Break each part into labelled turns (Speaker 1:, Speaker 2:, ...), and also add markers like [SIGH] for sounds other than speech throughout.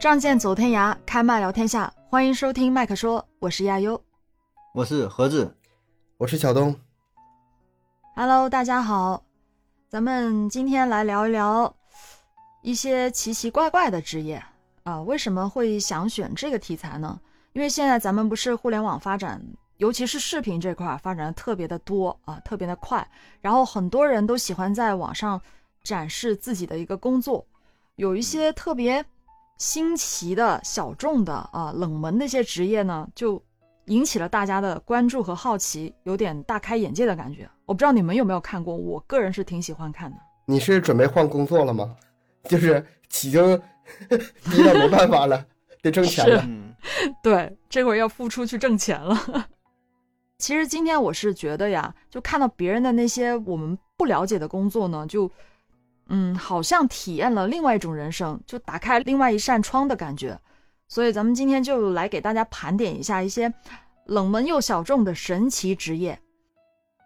Speaker 1: 仗剑走天涯，开麦聊天下，欢迎收听麦克说，我是亚优。
Speaker 2: 我是盒子，
Speaker 3: 我是小东。
Speaker 1: Hello，大家好，咱们今天来聊一聊一些奇奇怪怪的职业啊。为什么会想选这个题材呢？因为现在咱们不是互联网发展，尤其是视频这块儿发展的特别的多啊，特别的快，然后很多人都喜欢在网上展示自己的一个工作，有一些特别新奇的、小众的啊、冷门的一些职业呢，就引起了大家的关注和好奇，有点大开眼界的感觉。我不知道你们有没有看过，我个人是挺喜欢看的。
Speaker 3: 你是准备换工作了吗？ [LAUGHS] 就是已经逼到没办法了，得挣钱了。
Speaker 2: 嗯，
Speaker 1: 对，这会儿要付出去挣钱了。 [LAUGHS] 其实今天我是觉得呀，就看到别人的那些我们不了解的工作呢，就嗯，好像体验了另外一种人生，就打开另外一扇窗的感觉。所以咱们今天就来给大家盘点一下一些冷门又小众的神奇职业。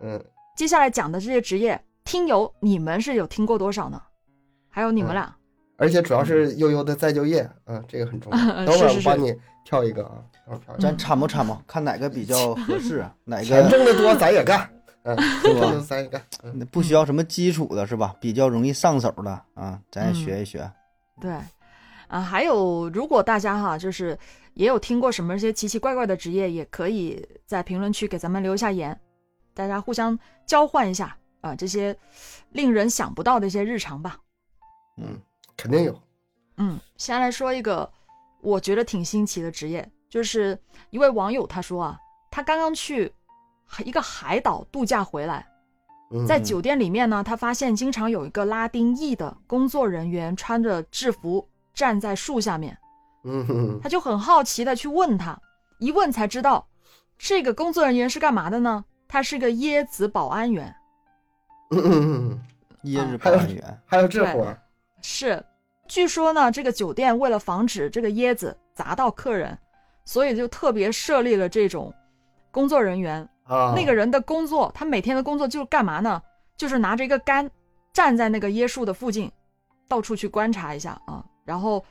Speaker 3: 嗯，
Speaker 1: 接下来讲的这些职业，听友你们是有听过多少呢？还有你们
Speaker 3: 嗯
Speaker 1: 俩，
Speaker 3: 而且主要是悠悠的再就业啊，这个很重要。
Speaker 1: [LAUGHS]
Speaker 3: 等会
Speaker 1: 是嗯
Speaker 3: 儿
Speaker 1: 是是
Speaker 3: 我帮你跳一个啊，等会儿跳一个。
Speaker 2: 咱参谋参谋，看哪个比 [LAUGHS] 较合适啊，哪
Speaker 3: 钱
Speaker 2: 个
Speaker 3: 挣得多，咱
Speaker 1: [LAUGHS]
Speaker 3: 也干。嗯，
Speaker 2: 是
Speaker 3: 挣得
Speaker 2: 吧
Speaker 3: 多咱也干。嗯
Speaker 2: 不需要什么基础的，是吧？比较容易上手的啊，
Speaker 1: 嗯
Speaker 2: 咱也学一学。
Speaker 1: 对，啊，还有，如果大家哈，就是也有听过什么一些奇奇怪怪的职业，也可以在评论区给咱们留一下言，大家互相交换一下啊、这些令人想不到的一些日常吧。
Speaker 2: 嗯，
Speaker 3: 肯定有。
Speaker 1: 嗯，先来说一个我觉得挺新奇的职业，就是一位网友他说啊，他刚刚去一个海岛度假回来，
Speaker 3: 嗯，
Speaker 1: 在酒店里面呢，他发现经常有一个拉丁裔的工作人员穿着制服站在树下面。
Speaker 3: 嗯嗯
Speaker 1: 他就很好奇的去问他，一问才知道，这个工作人员是干嘛的呢？他是个椰子保安员，
Speaker 3: 嗯嗯嗯，
Speaker 2: 椰子保安员，
Speaker 3: 还有这活儿，
Speaker 1: 是。据说呢，这个酒店为了防止这个椰子砸到客人，所以就特别设立了这种工作人员。
Speaker 3: 啊，
Speaker 1: 那个人的工作，他每天的工作就是干嘛呢？就是拿着一个杆，站在那个椰树的附近，到处去观察一下啊，然后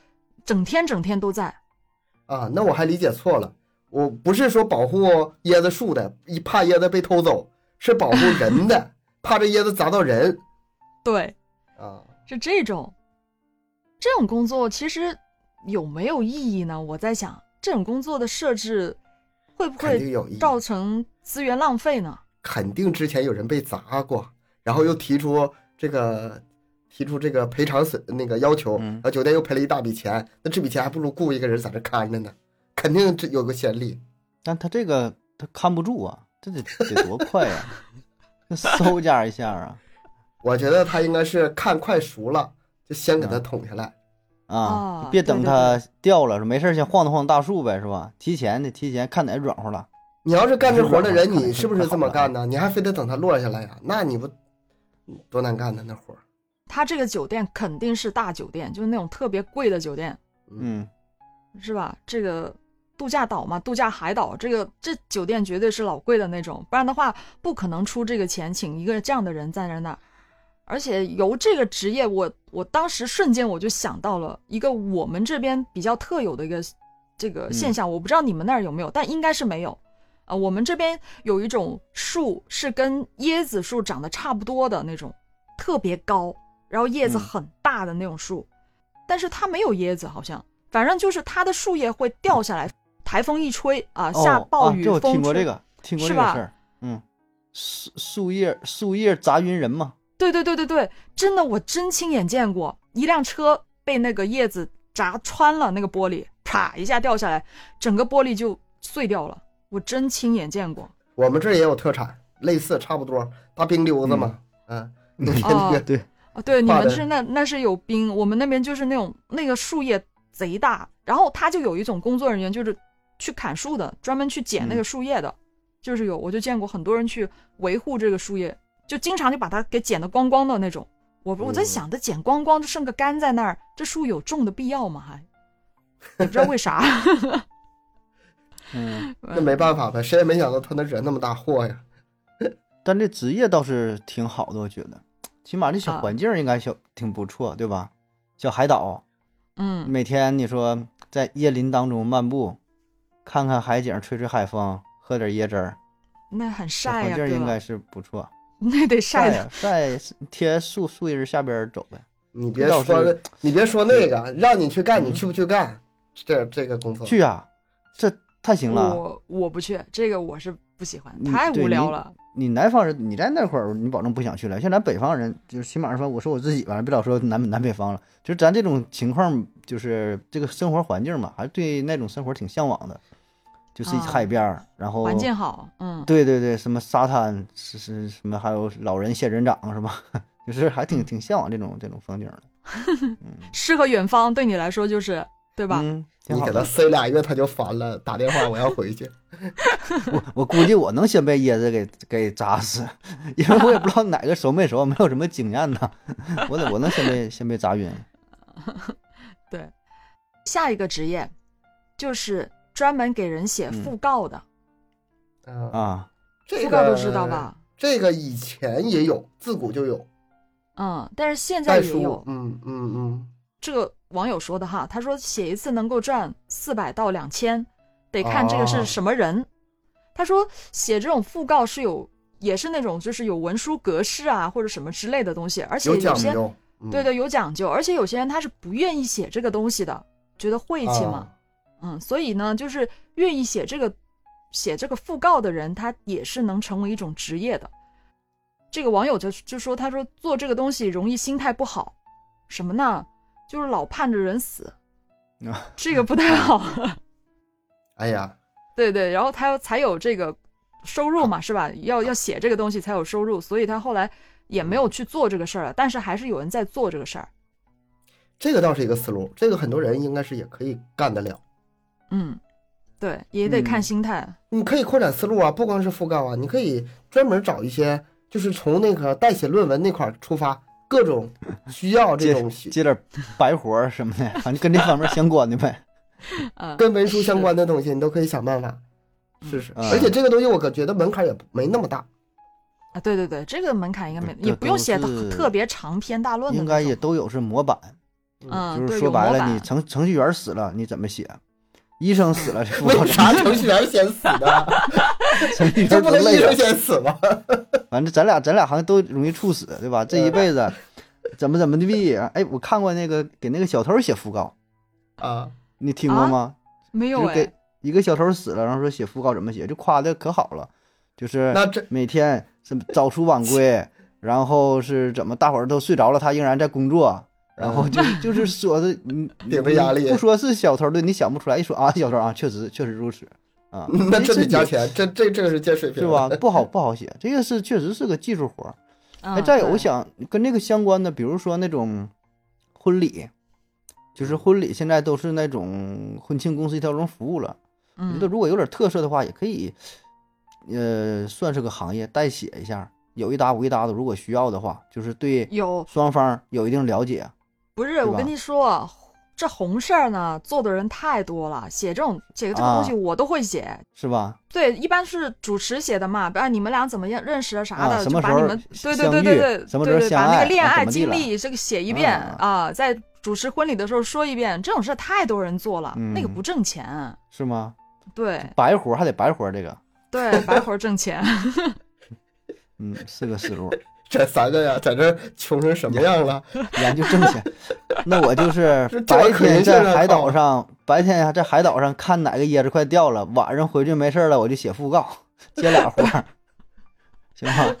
Speaker 1: 整天整天都在。
Speaker 3: 啊，那我还理解错了。我不是说保护椰子树的，一怕椰子被偷走，是保护
Speaker 1: [LAUGHS]
Speaker 3: 人的，怕这椰子砸到人
Speaker 1: 对，
Speaker 3: 啊。
Speaker 1: 是这种，这种工作其实有没有意义呢？我在想，这种工作的设置会不
Speaker 3: 肯定
Speaker 1: 会
Speaker 3: 有意义。
Speaker 1: 造成资源浪费呢？
Speaker 3: 肯定之前有人被砸过，然后又提出这个提出这个赔偿损那个要求，
Speaker 2: 嗯
Speaker 3: 然后酒店又赔了一大笔钱，那这笔钱还不如雇一个人在这看着呢，肯定这有个先例。
Speaker 2: 但他这个他看不住啊，这得得多快呀、啊！ [LAUGHS] 那搜家一下啊
Speaker 3: 我觉得他应该是看快熟了，就先给他捅下来。
Speaker 2: 啊！
Speaker 1: 啊
Speaker 2: 别等
Speaker 1: 对对
Speaker 2: 它掉了，说没事儿先晃荡晃荡大树呗，是吧？提前的提前看哪软和了，
Speaker 3: 你要是干这活的人，
Speaker 2: 看着
Speaker 3: 你是不是这么干呢？你还非得等他落下来呀？那你不多难干呢？那活儿，
Speaker 1: 他这个酒店肯定是大酒店，就是那种特别贵的酒店，
Speaker 2: 嗯，
Speaker 1: 是吧？这个度假岛嘛，度假海岛，这个这酒店绝对是老贵的那种，不然的话不可能出这个钱请一个这样的人在那儿那儿。而且由这个职业，我我当时瞬间我就想到了一个我们这边比较特有的一个这个现象，我不知道你们那儿有没有，但应该是没有。啊、我们这边有一种树是跟椰子树长得差不多的那种，特别高，然后叶子
Speaker 2: 嗯
Speaker 1: 很大的那种树，但是它没有椰子，好像，反正就是它的树叶会掉下来，台风一吹啊，下
Speaker 2: 哦
Speaker 1: 暴
Speaker 2: 啊
Speaker 1: 雨、
Speaker 2: 这我
Speaker 1: 风
Speaker 2: 听过
Speaker 1: 吹
Speaker 2: 这个，听过
Speaker 1: 是
Speaker 2: 这个
Speaker 1: 吧
Speaker 2: 事儿，嗯，树树叶树叶砸晕人嘛，
Speaker 1: 对对对对对，真的，我真亲眼见过一辆车被那个叶子砸穿了，那个玻璃啪一下掉下来，整个玻璃就碎掉了。我真亲眼见过。
Speaker 3: 我们这儿也有特产，类似差不多大冰溜子嘛，嗯，那个
Speaker 1: 哦
Speaker 3: 那个
Speaker 2: 对，
Speaker 1: 哦，对，你
Speaker 3: 画
Speaker 1: 们
Speaker 3: 的
Speaker 1: 是那那是有冰，我们那边就是那种那个树叶贼大，然后他就有一种工作人员就是去砍树的，专门去捡那
Speaker 2: 嗯
Speaker 1: 个树叶的，就是有我就见过很多人去维护这个树叶，就经常就把它给剪得光光的那种。我我
Speaker 2: 哦
Speaker 1: 在
Speaker 3: 嗯
Speaker 1: 想，它剪光光就剩个干在那儿，这树有种的必要吗？还也不知道为啥。
Speaker 2: [LAUGHS] 嗯，
Speaker 3: 那没办法呗，谁也没想到他能惹那么大祸呀。
Speaker 2: 但这职业倒是挺好的，我觉得，起码这
Speaker 1: 啊
Speaker 2: 小环境儿应该小、挺不错，对吧？小海岛，
Speaker 1: 嗯，
Speaker 2: 每天你说在椰林当中漫步，看看海景，吹吹海风，喝点椰汁儿，
Speaker 1: 那很
Speaker 2: 这
Speaker 1: 晒
Speaker 2: 环
Speaker 1: 呀，
Speaker 2: 境
Speaker 1: 哥，
Speaker 2: 应该是不错。
Speaker 1: [LAUGHS] 那得晒的。
Speaker 2: 呀，晒贴树树荫下边儿走呗。
Speaker 3: 你别
Speaker 2: 倒是嗯
Speaker 3: 说，你别说那个，让你去干，你去不去干？这这个工作，
Speaker 1: 哦
Speaker 2: 去啊，这太行了。
Speaker 1: 我我不去，这个我是不喜欢，
Speaker 2: 你
Speaker 1: 太
Speaker 2: 对
Speaker 1: 无聊
Speaker 2: 你
Speaker 1: 了。
Speaker 2: 你南方人，你在那块儿，你保证不想去了。像咱北方人，就是起码说，我说我自己吧，别老说南南北方了。就是咱这种情况，就是这个生活环境嘛，还是对那种生活挺向往的，就是
Speaker 1: 啊
Speaker 2: 海边儿，然后
Speaker 1: 环境好，嗯，
Speaker 2: 对对对，什么沙滩是是什么，还有老人仙人掌是吧？ [LAUGHS] 就是还挺挺向往这种这种风景
Speaker 1: [LAUGHS]
Speaker 2: 的，
Speaker 1: 诗和远方对你来说就是对吧？
Speaker 2: 嗯，挺
Speaker 3: 你
Speaker 2: 好
Speaker 3: 给
Speaker 2: 的
Speaker 3: 他。塞俩月，他就烦了，打电话我要
Speaker 2: [LAUGHS]
Speaker 3: 回去。
Speaker 2: 我我估计我能先被椰子给给砸死，因为我也不知道哪个熟没熟，没有什么经验呐。我得我能先被先被砸晕。
Speaker 1: 下一个职业就是专门给人写
Speaker 2: 嗯
Speaker 1: 讣告的，
Speaker 3: 啊，
Speaker 2: 啊，
Speaker 3: 这
Speaker 1: 讣告
Speaker 3: 个
Speaker 1: 都知道？吧？
Speaker 3: 这个以前也有，自古就有，
Speaker 1: 嗯，但是现在
Speaker 3: 代
Speaker 1: 也有
Speaker 3: 书，嗯嗯嗯，
Speaker 1: 这个网友说的哈，他说写一次能够赚四百到两千，得看这个是
Speaker 3: 哦
Speaker 1: 什么人。他说写这种讣告是有，也是那种就是有文书格式啊或者什么之类的东西，而且
Speaker 3: 有
Speaker 1: 有
Speaker 3: 讲
Speaker 1: 些
Speaker 3: 究，嗯
Speaker 1: 对，对有讲究，而且有些人他是不愿意写这个东西的，觉得晦气嘛，
Speaker 3: 啊
Speaker 1: 嗯，所以呢，就是愿意写这个写这个讣告的人，他也是能成为一种职业的。这个网友就就说，他说做这个东西容易心态不好，什么呢？就是老盼着人死，
Speaker 2: 啊
Speaker 1: 这个不太好。 [LAUGHS]
Speaker 3: 哎呀，
Speaker 1: 对对，然后他才有这个收入嘛，是吧？要要写这个东西才有收入，所以他后来也没有去做这个事儿了，但是还是有人在做这个事儿。
Speaker 3: 这个倒是一个思路，这个很多人应该是也可以干得了。
Speaker 1: 嗯，对，也得看
Speaker 2: 嗯
Speaker 1: 心态。 [LAUGHS]
Speaker 3: 你可以扩展思路啊，不光是讣告啊，你可以专门找一些，就是从那个代写论文那块儿出发，各种需要这
Speaker 2: 接
Speaker 3: 种需
Speaker 2: 接点白活儿什么的，反正跟这方面相关的呗。
Speaker 1: 嗯，
Speaker 3: 跟文书相
Speaker 1: 是
Speaker 3: 关的东西，你都可以想办法试试。
Speaker 2: 嗯
Speaker 3: 而且这个东西我可觉得门槛也不没那么大，
Speaker 1: 啊，对对对，这个门槛应该没，
Speaker 2: 对
Speaker 1: 也
Speaker 2: 这
Speaker 1: 不用
Speaker 2: 都
Speaker 1: 写得
Speaker 2: 是
Speaker 1: 特别长篇大论的
Speaker 2: 应
Speaker 1: 那
Speaker 2: 该
Speaker 1: 种
Speaker 2: 也都有是模板，
Speaker 1: 嗯，
Speaker 2: 就是
Speaker 1: 对
Speaker 2: 说
Speaker 1: 有
Speaker 2: 白
Speaker 1: 模
Speaker 2: 了，
Speaker 1: 板
Speaker 2: 你程程序员死了你怎么写？医生死了，这不好
Speaker 3: [LAUGHS] 为啥
Speaker 2: 整
Speaker 3: 程序员先死呢？
Speaker 2: 程序
Speaker 3: [LAUGHS] 这
Speaker 2: 员
Speaker 3: 不
Speaker 2: 都
Speaker 3: 能医
Speaker 2: 累
Speaker 3: 生
Speaker 2: 了。
Speaker 3: 先死吗？
Speaker 2: 反正咱俩咱俩好像都容易猝死，对吧？这一辈子怎么怎么地？哎，我看过那个给那个小偷写讣告，
Speaker 3: 啊，
Speaker 2: 你听过
Speaker 1: 啊
Speaker 2: 吗？
Speaker 1: 没有
Speaker 2: 就是
Speaker 1: 哎
Speaker 2: 给，一个小偷死了，然后说写讣告怎么写，就夸的可好了，就是
Speaker 3: 那这
Speaker 2: 每天什么早出晚归，然后是怎么大伙儿都睡着了，他仍然在工作，然后就
Speaker 1: 嗯
Speaker 2: 就是说
Speaker 3: [LAUGHS]
Speaker 2: 的你
Speaker 3: 顶着压
Speaker 2: 你
Speaker 3: 力，
Speaker 2: 不说是小偷对你想不出来，一说啊小偷啊，确实确实如此啊
Speaker 3: [LAUGHS] 那这
Speaker 2: 这
Speaker 3: 得加钱，这这这个是见水平
Speaker 2: 是吧？？不好不好写，这个是确实是个技术活儿。哎，
Speaker 1: 嗯
Speaker 2: 再有，
Speaker 1: 对
Speaker 2: 我想跟这个相关的，比如说那种婚礼，就是婚礼现在都是那种婚庆公司一条龙服务了。我觉
Speaker 1: 嗯，
Speaker 2: 得如果有点特色的话，也可以，呃，算是个行业代写一下，有一搭无一搭的。如果需要的话，就是对
Speaker 1: 有
Speaker 2: 双方有一定了解。
Speaker 1: 不是我
Speaker 2: 吧
Speaker 1: 跟你说，这红事儿呢，做的人太多了，写这种写这个东西
Speaker 2: 啊
Speaker 1: 我都会写。
Speaker 2: 是吧？
Speaker 1: 对，一般是主持写的嘛，不然你们俩怎么样认识啊啥
Speaker 2: 啊
Speaker 1: 的，就
Speaker 2: 什么
Speaker 1: 把
Speaker 2: 时
Speaker 1: 你
Speaker 2: 候
Speaker 1: 们对对
Speaker 2: 相
Speaker 1: 对
Speaker 2: 遇
Speaker 1: 对对
Speaker 2: 什么时
Speaker 1: 对
Speaker 2: 候
Speaker 1: 对，
Speaker 2: 相
Speaker 1: 把那
Speaker 2: 爱
Speaker 1: 个恋
Speaker 2: 啊怎
Speaker 1: 爱
Speaker 2: 么地
Speaker 1: 经
Speaker 2: 了
Speaker 1: 历这个写一遍
Speaker 2: 啊
Speaker 1: 啊，在主持婚礼的时候说一遍，这种事儿太多人做了，那个
Speaker 2: 嗯
Speaker 1: 不挣钱。啊
Speaker 2: 是吗？
Speaker 1: 对
Speaker 2: 白活儿还得白活儿这个，
Speaker 1: 对，白活儿挣钱。 [LAUGHS]
Speaker 2: 嗯，是个思路。
Speaker 3: 这三个呀，在这儿穷成什么样了？
Speaker 2: 研究挣钱。 [LAUGHS] 那我就是
Speaker 3: [LAUGHS] 这这
Speaker 2: 白
Speaker 3: 可人
Speaker 2: 天
Speaker 3: 性啊
Speaker 2: 在海
Speaker 3: 靠
Speaker 2: 岛上，白天呀在海岛上看哪个椰子快掉了，晚上回去没事儿了我就写讣告，接俩活儿， [LAUGHS] 行吧？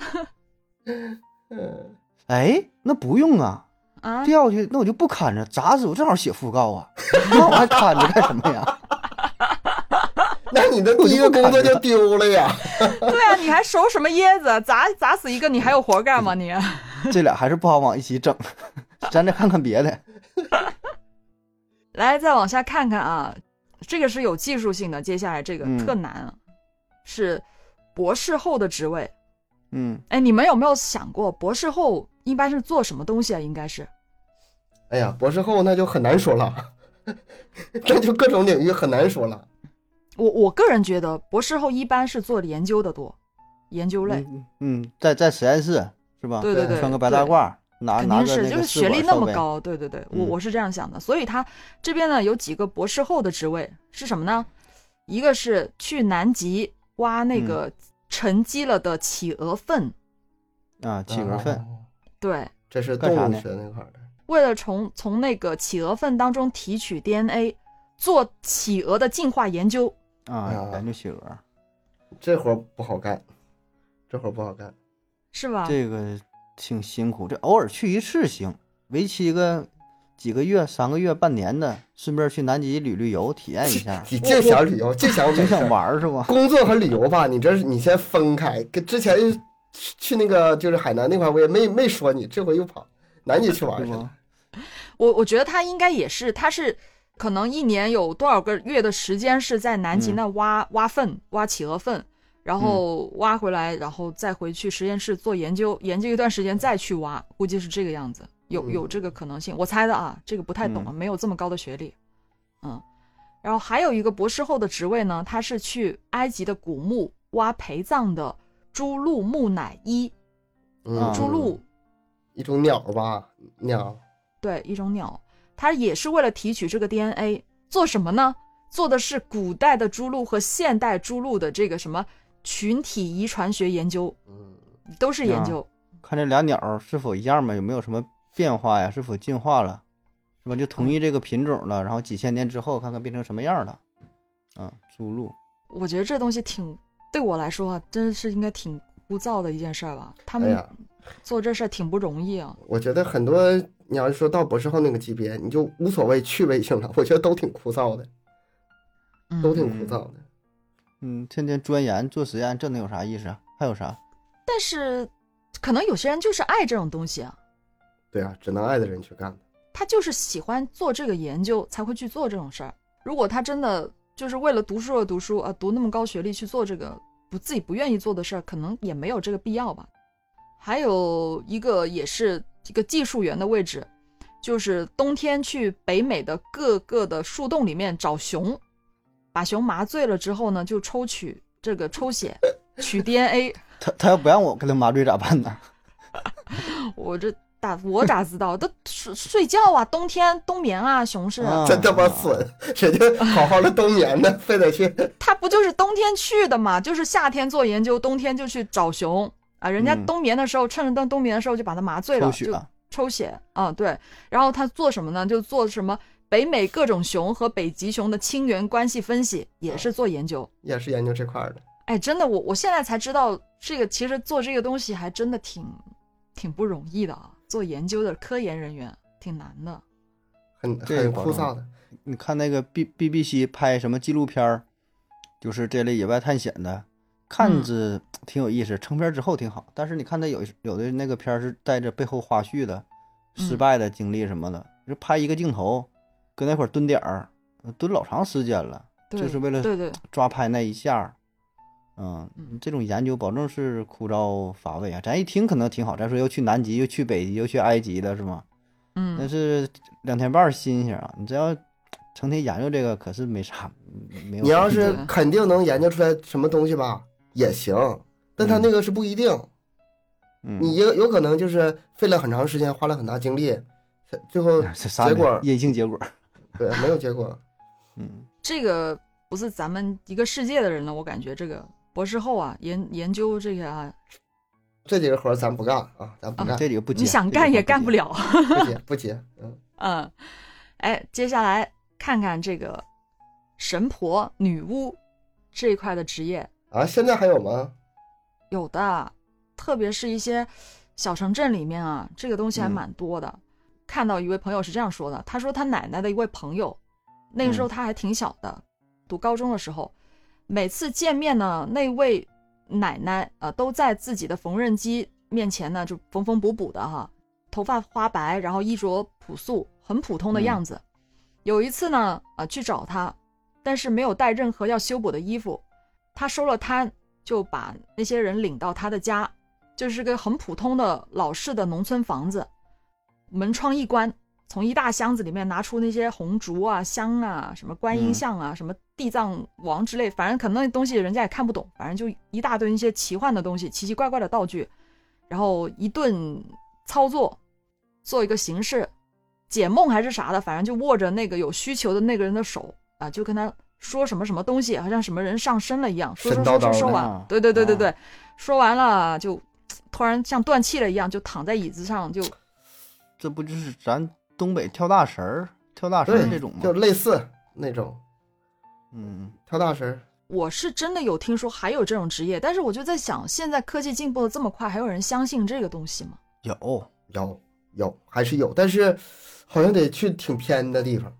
Speaker 3: 嗯，
Speaker 2: 哎，那不用啊，
Speaker 1: 啊，
Speaker 2: 掉下去那我就不看着，砸死我正好写讣告啊， [LAUGHS] 那我还看着干什么呀？ [LAUGHS]
Speaker 3: 那你的第一个工作就丢了呀。
Speaker 1: 对啊，你还熟什么椰子？ [LAUGHS] 砸砸死一个，你还有活干吗你？
Speaker 2: 这俩还是不好往一起整， [LAUGHS] 咱再看看别的。
Speaker 1: 来，再往下看看啊，这个是有技术性的。接下来这个
Speaker 2: 嗯
Speaker 1: 特难啊，是博士后的职位。
Speaker 2: 嗯，
Speaker 1: 哎，你们有没有想过，博士后一般是做什么东西啊？应该是
Speaker 3: 哎呀，博士后那就很难说了， [LAUGHS] 那就各种领域很难说了。
Speaker 1: 我我个人觉得，博士后一般是做研究的多，研究类。
Speaker 2: 嗯嗯嗯，在在实验室是吧？
Speaker 1: 对对对
Speaker 2: 穿个白大
Speaker 1: 对
Speaker 2: 褂，拿
Speaker 1: 肯
Speaker 2: 啊拿
Speaker 1: 定
Speaker 2: 个
Speaker 1: 是，
Speaker 2: 那
Speaker 1: 就
Speaker 2: 个
Speaker 1: 是
Speaker 2: 试
Speaker 1: 学
Speaker 2: 管
Speaker 1: 历那
Speaker 2: 烧
Speaker 1: 么
Speaker 2: 呗，
Speaker 1: 高，对对对，我
Speaker 2: 嗯
Speaker 1: 我是这样想的。所以他这边呢有几个博士后的职位是什么呢？一个是去南极挖那
Speaker 2: 嗯
Speaker 1: 个沉积了的企鹅粪，
Speaker 2: 啊，企鹅粪，
Speaker 3: 哦，
Speaker 1: 对，
Speaker 3: 这是
Speaker 2: 干
Speaker 3: 动
Speaker 2: 啥
Speaker 3: 物
Speaker 2: 呢
Speaker 3: 学那块儿的。
Speaker 1: 为了从从那个企鹅粪当中提取 DNA 做企鹅的进化研究。
Speaker 2: 啊
Speaker 3: 啊，
Speaker 2: 研究企鹅，
Speaker 3: 这活儿不好干，这活儿不好干。
Speaker 1: 是吧？
Speaker 2: 这个挺辛苦，这偶尔去一次行，为期个几个月、三个月、半年的，顺便去南极旅旅游，体验一下
Speaker 3: [LAUGHS]，
Speaker 1: [LAUGHS]
Speaker 3: 你净想旅游，净想
Speaker 2: [LAUGHS] 挺
Speaker 3: 美事
Speaker 2: 想
Speaker 3: 儿。
Speaker 2: 玩儿是吧？
Speaker 3: 工作和旅游吧，你这是你先分开。跟之前去去那个就是海南那块，我也没没说你，这回又跑南极去玩
Speaker 2: 对 [LAUGHS]
Speaker 3: 去了
Speaker 2: 吧。？
Speaker 1: 我我觉得他应该也是，他是可能一年有多少个月的时间是在南极
Speaker 2: 嗯
Speaker 1: 那挖、挖粪、挖企鹅粪，
Speaker 3: 嗯
Speaker 1: 然后挖回来，然后再回去实验室做研究，研究一段时间再去挖，估计是这个样子，有
Speaker 3: 嗯
Speaker 1: 有这个可能性，我猜的啊，这个不太懂啊，没有这么高的学历，嗯，然后还有一个博士后的职位呢，他是去埃及的古墓挖陪葬的猪鹿木乃伊，
Speaker 3: 嗯
Speaker 2: 啊，
Speaker 1: 猪鹿
Speaker 3: 一种鸟吧，鸟
Speaker 1: 对，一种鸟，它也是为了提取这个 DNA，做什么呢？做的是古代的猪鹿和现代猪鹿的这个什么群体遗传学研究，
Speaker 3: 嗯
Speaker 1: 都是研
Speaker 2: 啊
Speaker 1: 究。
Speaker 2: 看这俩鸟儿是否一样嘛，有没有什么变化呀？是否进化了，是吧？就同一这个品种了，然后几千年之后看看变成什么样了。啊，猪鹿，
Speaker 1: 我觉得这东西挺对我来说啊，真是应该挺枯燥的一件事儿吧。他
Speaker 3: 哎
Speaker 1: 们
Speaker 3: 呀
Speaker 1: 做这事儿挺不容易啊。
Speaker 3: 我觉得很多你要是说到博士后那个级别，你就无所谓趣味性了，我觉得都挺枯燥的，
Speaker 1: 嗯，
Speaker 3: 都挺枯燥的。
Speaker 2: 嗯，天天钻研做实验，这能有啥意思啊？还有啥？
Speaker 1: 但是可能有些人就是爱这种东西啊，
Speaker 3: 对啊，只能爱的人去
Speaker 2: [LAUGHS]
Speaker 3: 干。
Speaker 1: 他就是喜欢做这个研究才会去做这种事儿。如果他真的就是为了读书而读书啊，读那么高学历去做这个不自己不愿意做的事儿，可能也没有这个必要吧。还有一个也是一个技术员的位置，就是冬天去北美的各个的树洞里面找熊，把熊麻醉了之后呢，就抽取这个抽血取 DNA。
Speaker 2: 他他要不让我跟他麻醉咋办呢？
Speaker 1: [LAUGHS] 我这打我咋知道？都睡睡觉啊，冬天冬眠啊，熊是、
Speaker 2: 啊
Speaker 3: [LAUGHS] 真他妈损！人家好好的冬眠呢，非得去
Speaker 1: 他不就是冬天去的嘛？就是夏天做研究，冬天就去找熊啊。人家
Speaker 2: 嗯
Speaker 1: 冬眠的时候，趁着冬冬眠的时候就把它麻醉了，
Speaker 2: 抽血
Speaker 1: 就
Speaker 2: 啊
Speaker 1: 抽血啊、对。然后他做什么呢？就做什么北美各种熊和北极熊的亲缘关系分析，
Speaker 2: 嗯
Speaker 1: 也是做研究。
Speaker 3: 也是研究这块儿的。
Speaker 1: 哎，真的，我我现在才知道，这个其实做这个东西还真的挺挺不容易的啊。做研究的科研人员挺难的。
Speaker 3: 很
Speaker 2: 这
Speaker 3: 很
Speaker 2: 个保
Speaker 3: 枯
Speaker 2: 证
Speaker 3: 燥的。
Speaker 2: 你看那个 B B B C 拍什么纪录片儿，就是这类野外探险的，看
Speaker 1: 嗯
Speaker 2: 着挺有意思，成片儿之后挺好。但是你看他有一有的那个片儿是带着背后花絮的，失
Speaker 1: 嗯
Speaker 2: 败的经历什么的，就拍一个镜头，搁那块儿蹲点儿，蹲老长时间了，
Speaker 1: 对，
Speaker 2: 就是为了
Speaker 1: 对对，
Speaker 2: 抓拍那一下儿。嗯
Speaker 1: 嗯，
Speaker 2: 这种研究保证是枯燥乏味啊。咱一听可能挺好，咱说又去南极，又去北极，又去埃及的是吗？
Speaker 1: 嗯，
Speaker 2: 但是两天半儿新鲜啊！你只要成天研究这个，可是没啥，没有。
Speaker 3: 你要是
Speaker 1: 对
Speaker 3: 肯定能研究出来什么东西吧，也行。但他那个是不一定，
Speaker 2: 嗯
Speaker 3: 你有有可能就是费了很长时间，花了很大精力，最后
Speaker 2: 哎这啥
Speaker 3: 结果啊
Speaker 2: 呢阴性结果，
Speaker 3: 对没有结果。
Speaker 2: 嗯，
Speaker 1: 这个不是咱们一个世界的人了，我感觉这个博士后啊，研研究这个啊，
Speaker 3: 这几个活儿咱不干啊，咱不干，
Speaker 2: 这里个不接，
Speaker 1: 你想干也干不
Speaker 2: 了。
Speaker 1: 了。
Speaker 3: 不接不接。嗯，
Speaker 1: 嗯，哎，接下来看看这个神婆、女巫这一块的职业，
Speaker 3: 啊，现在还有吗？
Speaker 1: 有的，特别是一些小城镇里面啊，这个东西还
Speaker 2: 嗯
Speaker 1: 蛮多的。看到一位朋友是这样说的，他说他奶奶的一位朋友，那个
Speaker 2: 嗯
Speaker 1: 时候他还挺小的，读高中的时候，每次见面呢，那位奶奶呃都在自己的缝纫机面前呢就缝缝补补的哈，头发花白，然后衣着朴素，很普通的
Speaker 2: 嗯
Speaker 1: 样子。有一次呢，呃去找他，但是没有带任何要修补的衣服，他收了摊，就把那些人领到他的家，就是个很普通的老式的农村房子，门窗一关，从一大箱子里面拿出那些红烛啊、香啊、什么观音
Speaker 2: 嗯
Speaker 1: 像啊、什么地藏王之类，反正可能那东西人家也看不懂，反正就一大堆那些奇幻的东西、奇奇怪怪的道具，然后一顿操作，做一个形式解梦还是啥的，反正就握着那个有需求的那个人的手啊，就跟他说什么什么东西，好像什么人上身了一样，说说
Speaker 3: 神
Speaker 1: 说
Speaker 3: 叨
Speaker 1: 说
Speaker 3: 叨
Speaker 1: 说
Speaker 3: 的
Speaker 1: 完
Speaker 2: 啊，
Speaker 1: 对对对对
Speaker 2: 啊
Speaker 1: 对，说完了就突然像断气了一样，就躺在椅子上就
Speaker 2: 这不就是咱东北跳大神儿、跳大神儿
Speaker 3: 对，
Speaker 2: 这种吗
Speaker 3: 就？类似那种
Speaker 2: 嗯，
Speaker 3: 跳大神儿，
Speaker 1: 我是真的有听说还有这种职业，但是我就在想，现在科技进步的这么快，还有人相信这个东西吗？
Speaker 2: 有，
Speaker 3: 有有还是有，但是好像得去挺偏的地方，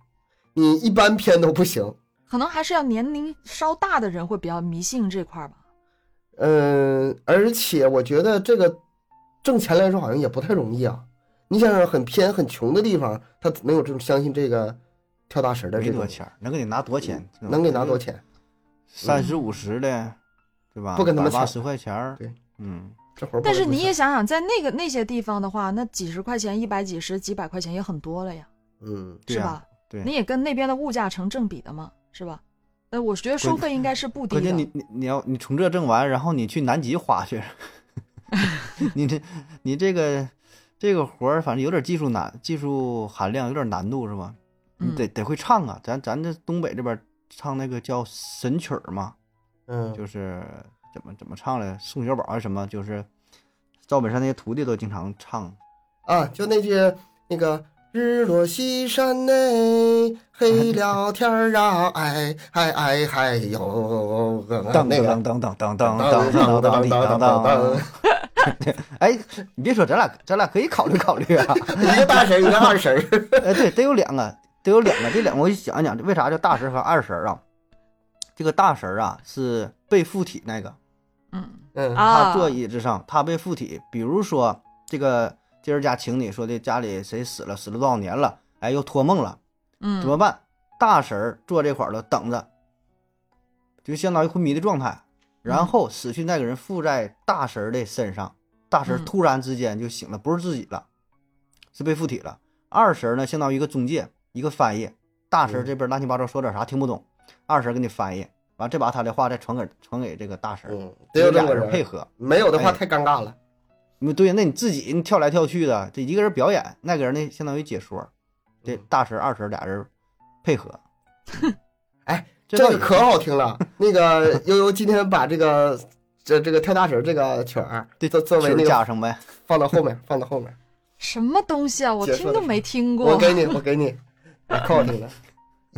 Speaker 3: 你一般偏都不行。
Speaker 1: 可能还是要年龄稍大的人会比较迷信这块儿吧。
Speaker 3: 嗯，而且我觉得这个挣钱来说好像也不太容易啊。你想想，很偏很穷的地方，他能有这种相信这个跳大神的
Speaker 2: 没
Speaker 3: 这
Speaker 2: 多
Speaker 3: 种，
Speaker 2: 钱嗯儿，能给你拿多钱？
Speaker 3: 能给拿多？钱？
Speaker 2: 三十五十的，对吧？
Speaker 3: 不跟他们抢
Speaker 2: 八十块钱儿
Speaker 3: 对，
Speaker 2: 嗯，
Speaker 3: 这活儿不
Speaker 1: 但是
Speaker 3: 能
Speaker 1: 你
Speaker 3: 不
Speaker 1: 也
Speaker 3: 想
Speaker 1: 想想，在那个那些地方的话，那几十块钱、一百几十、几百块钱也很多了呀，
Speaker 3: 嗯，
Speaker 2: 对
Speaker 1: 是
Speaker 2: 呀
Speaker 1: 吧？
Speaker 2: 对
Speaker 1: 你也跟那边的物价成正比的嘛，是吧？呃，我觉得收费应该是不低
Speaker 2: 关键
Speaker 1: 的
Speaker 2: 你。你你要你从这挣完，然后你去南极滑去，你这你这个这个活儿，反正有点技术难，技术含量有点难度是吧？
Speaker 1: 嗯
Speaker 2: 你得得会唱啊，咱咱这东北这边唱那个叫神曲儿嘛，
Speaker 3: 嗯，
Speaker 2: 就是怎么怎么唱来，宋小宝还是什么，就是赵本山那些徒弟都经常唱，
Speaker 3: 啊，就那句那个日落西山内，
Speaker 2: 哎
Speaker 3: 黑了天儿啊，哎哎哎嗨哟，
Speaker 2: 当
Speaker 3: 嗯那
Speaker 2: 当当
Speaker 3: 个
Speaker 2: 当当当
Speaker 3: 当
Speaker 2: 当当当当当
Speaker 3: 当。，
Speaker 2: 哎，你别说，咱俩咱俩可以考虑考虑啊。
Speaker 3: [LAUGHS] 一个大神，一个二神儿，
Speaker 2: 哎，对，得有两个，得有两个，这两个我给你讲一讲，为啥叫大神和二神啊？这个大神啊是被附体那个，
Speaker 1: 嗯
Speaker 3: 嗯
Speaker 2: 他
Speaker 1: 啊，
Speaker 2: 坐椅子上，他被附体。比如说这个今儿家请你说的家里谁死了，死了多少年了，哎，又托梦了，
Speaker 1: 嗯，
Speaker 2: 怎么办？大神儿坐这块儿了，等着，就相当于昏迷的状态。
Speaker 1: 嗯
Speaker 2: 然后死去那个人附在大神儿的身上，大神儿
Speaker 1: 嗯
Speaker 2: 突然之间就醒了，不是自己了，是被附体了。二神儿呢，相当于一个中介，一个翻译。大
Speaker 1: 嗯
Speaker 2: 神儿这边乱七八糟说点啥听不懂，二神儿给你翻译，完再把他的话再传给传给这个大神儿，
Speaker 3: 嗯，得
Speaker 2: 这
Speaker 3: 有这
Speaker 2: 俩
Speaker 3: 么个
Speaker 2: 人配
Speaker 3: 人，
Speaker 2: 合。
Speaker 3: 没有的话
Speaker 2: 哎
Speaker 3: 太尴尬了。
Speaker 2: 嗯，对，那你自己你跳来跳去的，这一个人表演，那个人呢相当于解说，这
Speaker 3: 嗯
Speaker 2: 大神儿二神儿俩人配合。
Speaker 3: 哎，
Speaker 2: 这
Speaker 3: 这
Speaker 2: 倒
Speaker 3: 个
Speaker 2: 也
Speaker 3: 可好听
Speaker 2: [LAUGHS]
Speaker 3: 了。那个悠悠今天把这个这这个跳大神这个曲儿啊
Speaker 2: 对，
Speaker 3: 作作为
Speaker 2: 曲
Speaker 3: 那
Speaker 2: 儿加
Speaker 3: 个
Speaker 2: 上呗。
Speaker 3: 放到后面，放到后面。
Speaker 1: 什么东西啊？我
Speaker 3: 解
Speaker 1: 听
Speaker 3: 说
Speaker 1: 都
Speaker 3: 的
Speaker 1: 没听过。
Speaker 3: 我给你，我给你，哎可好听了。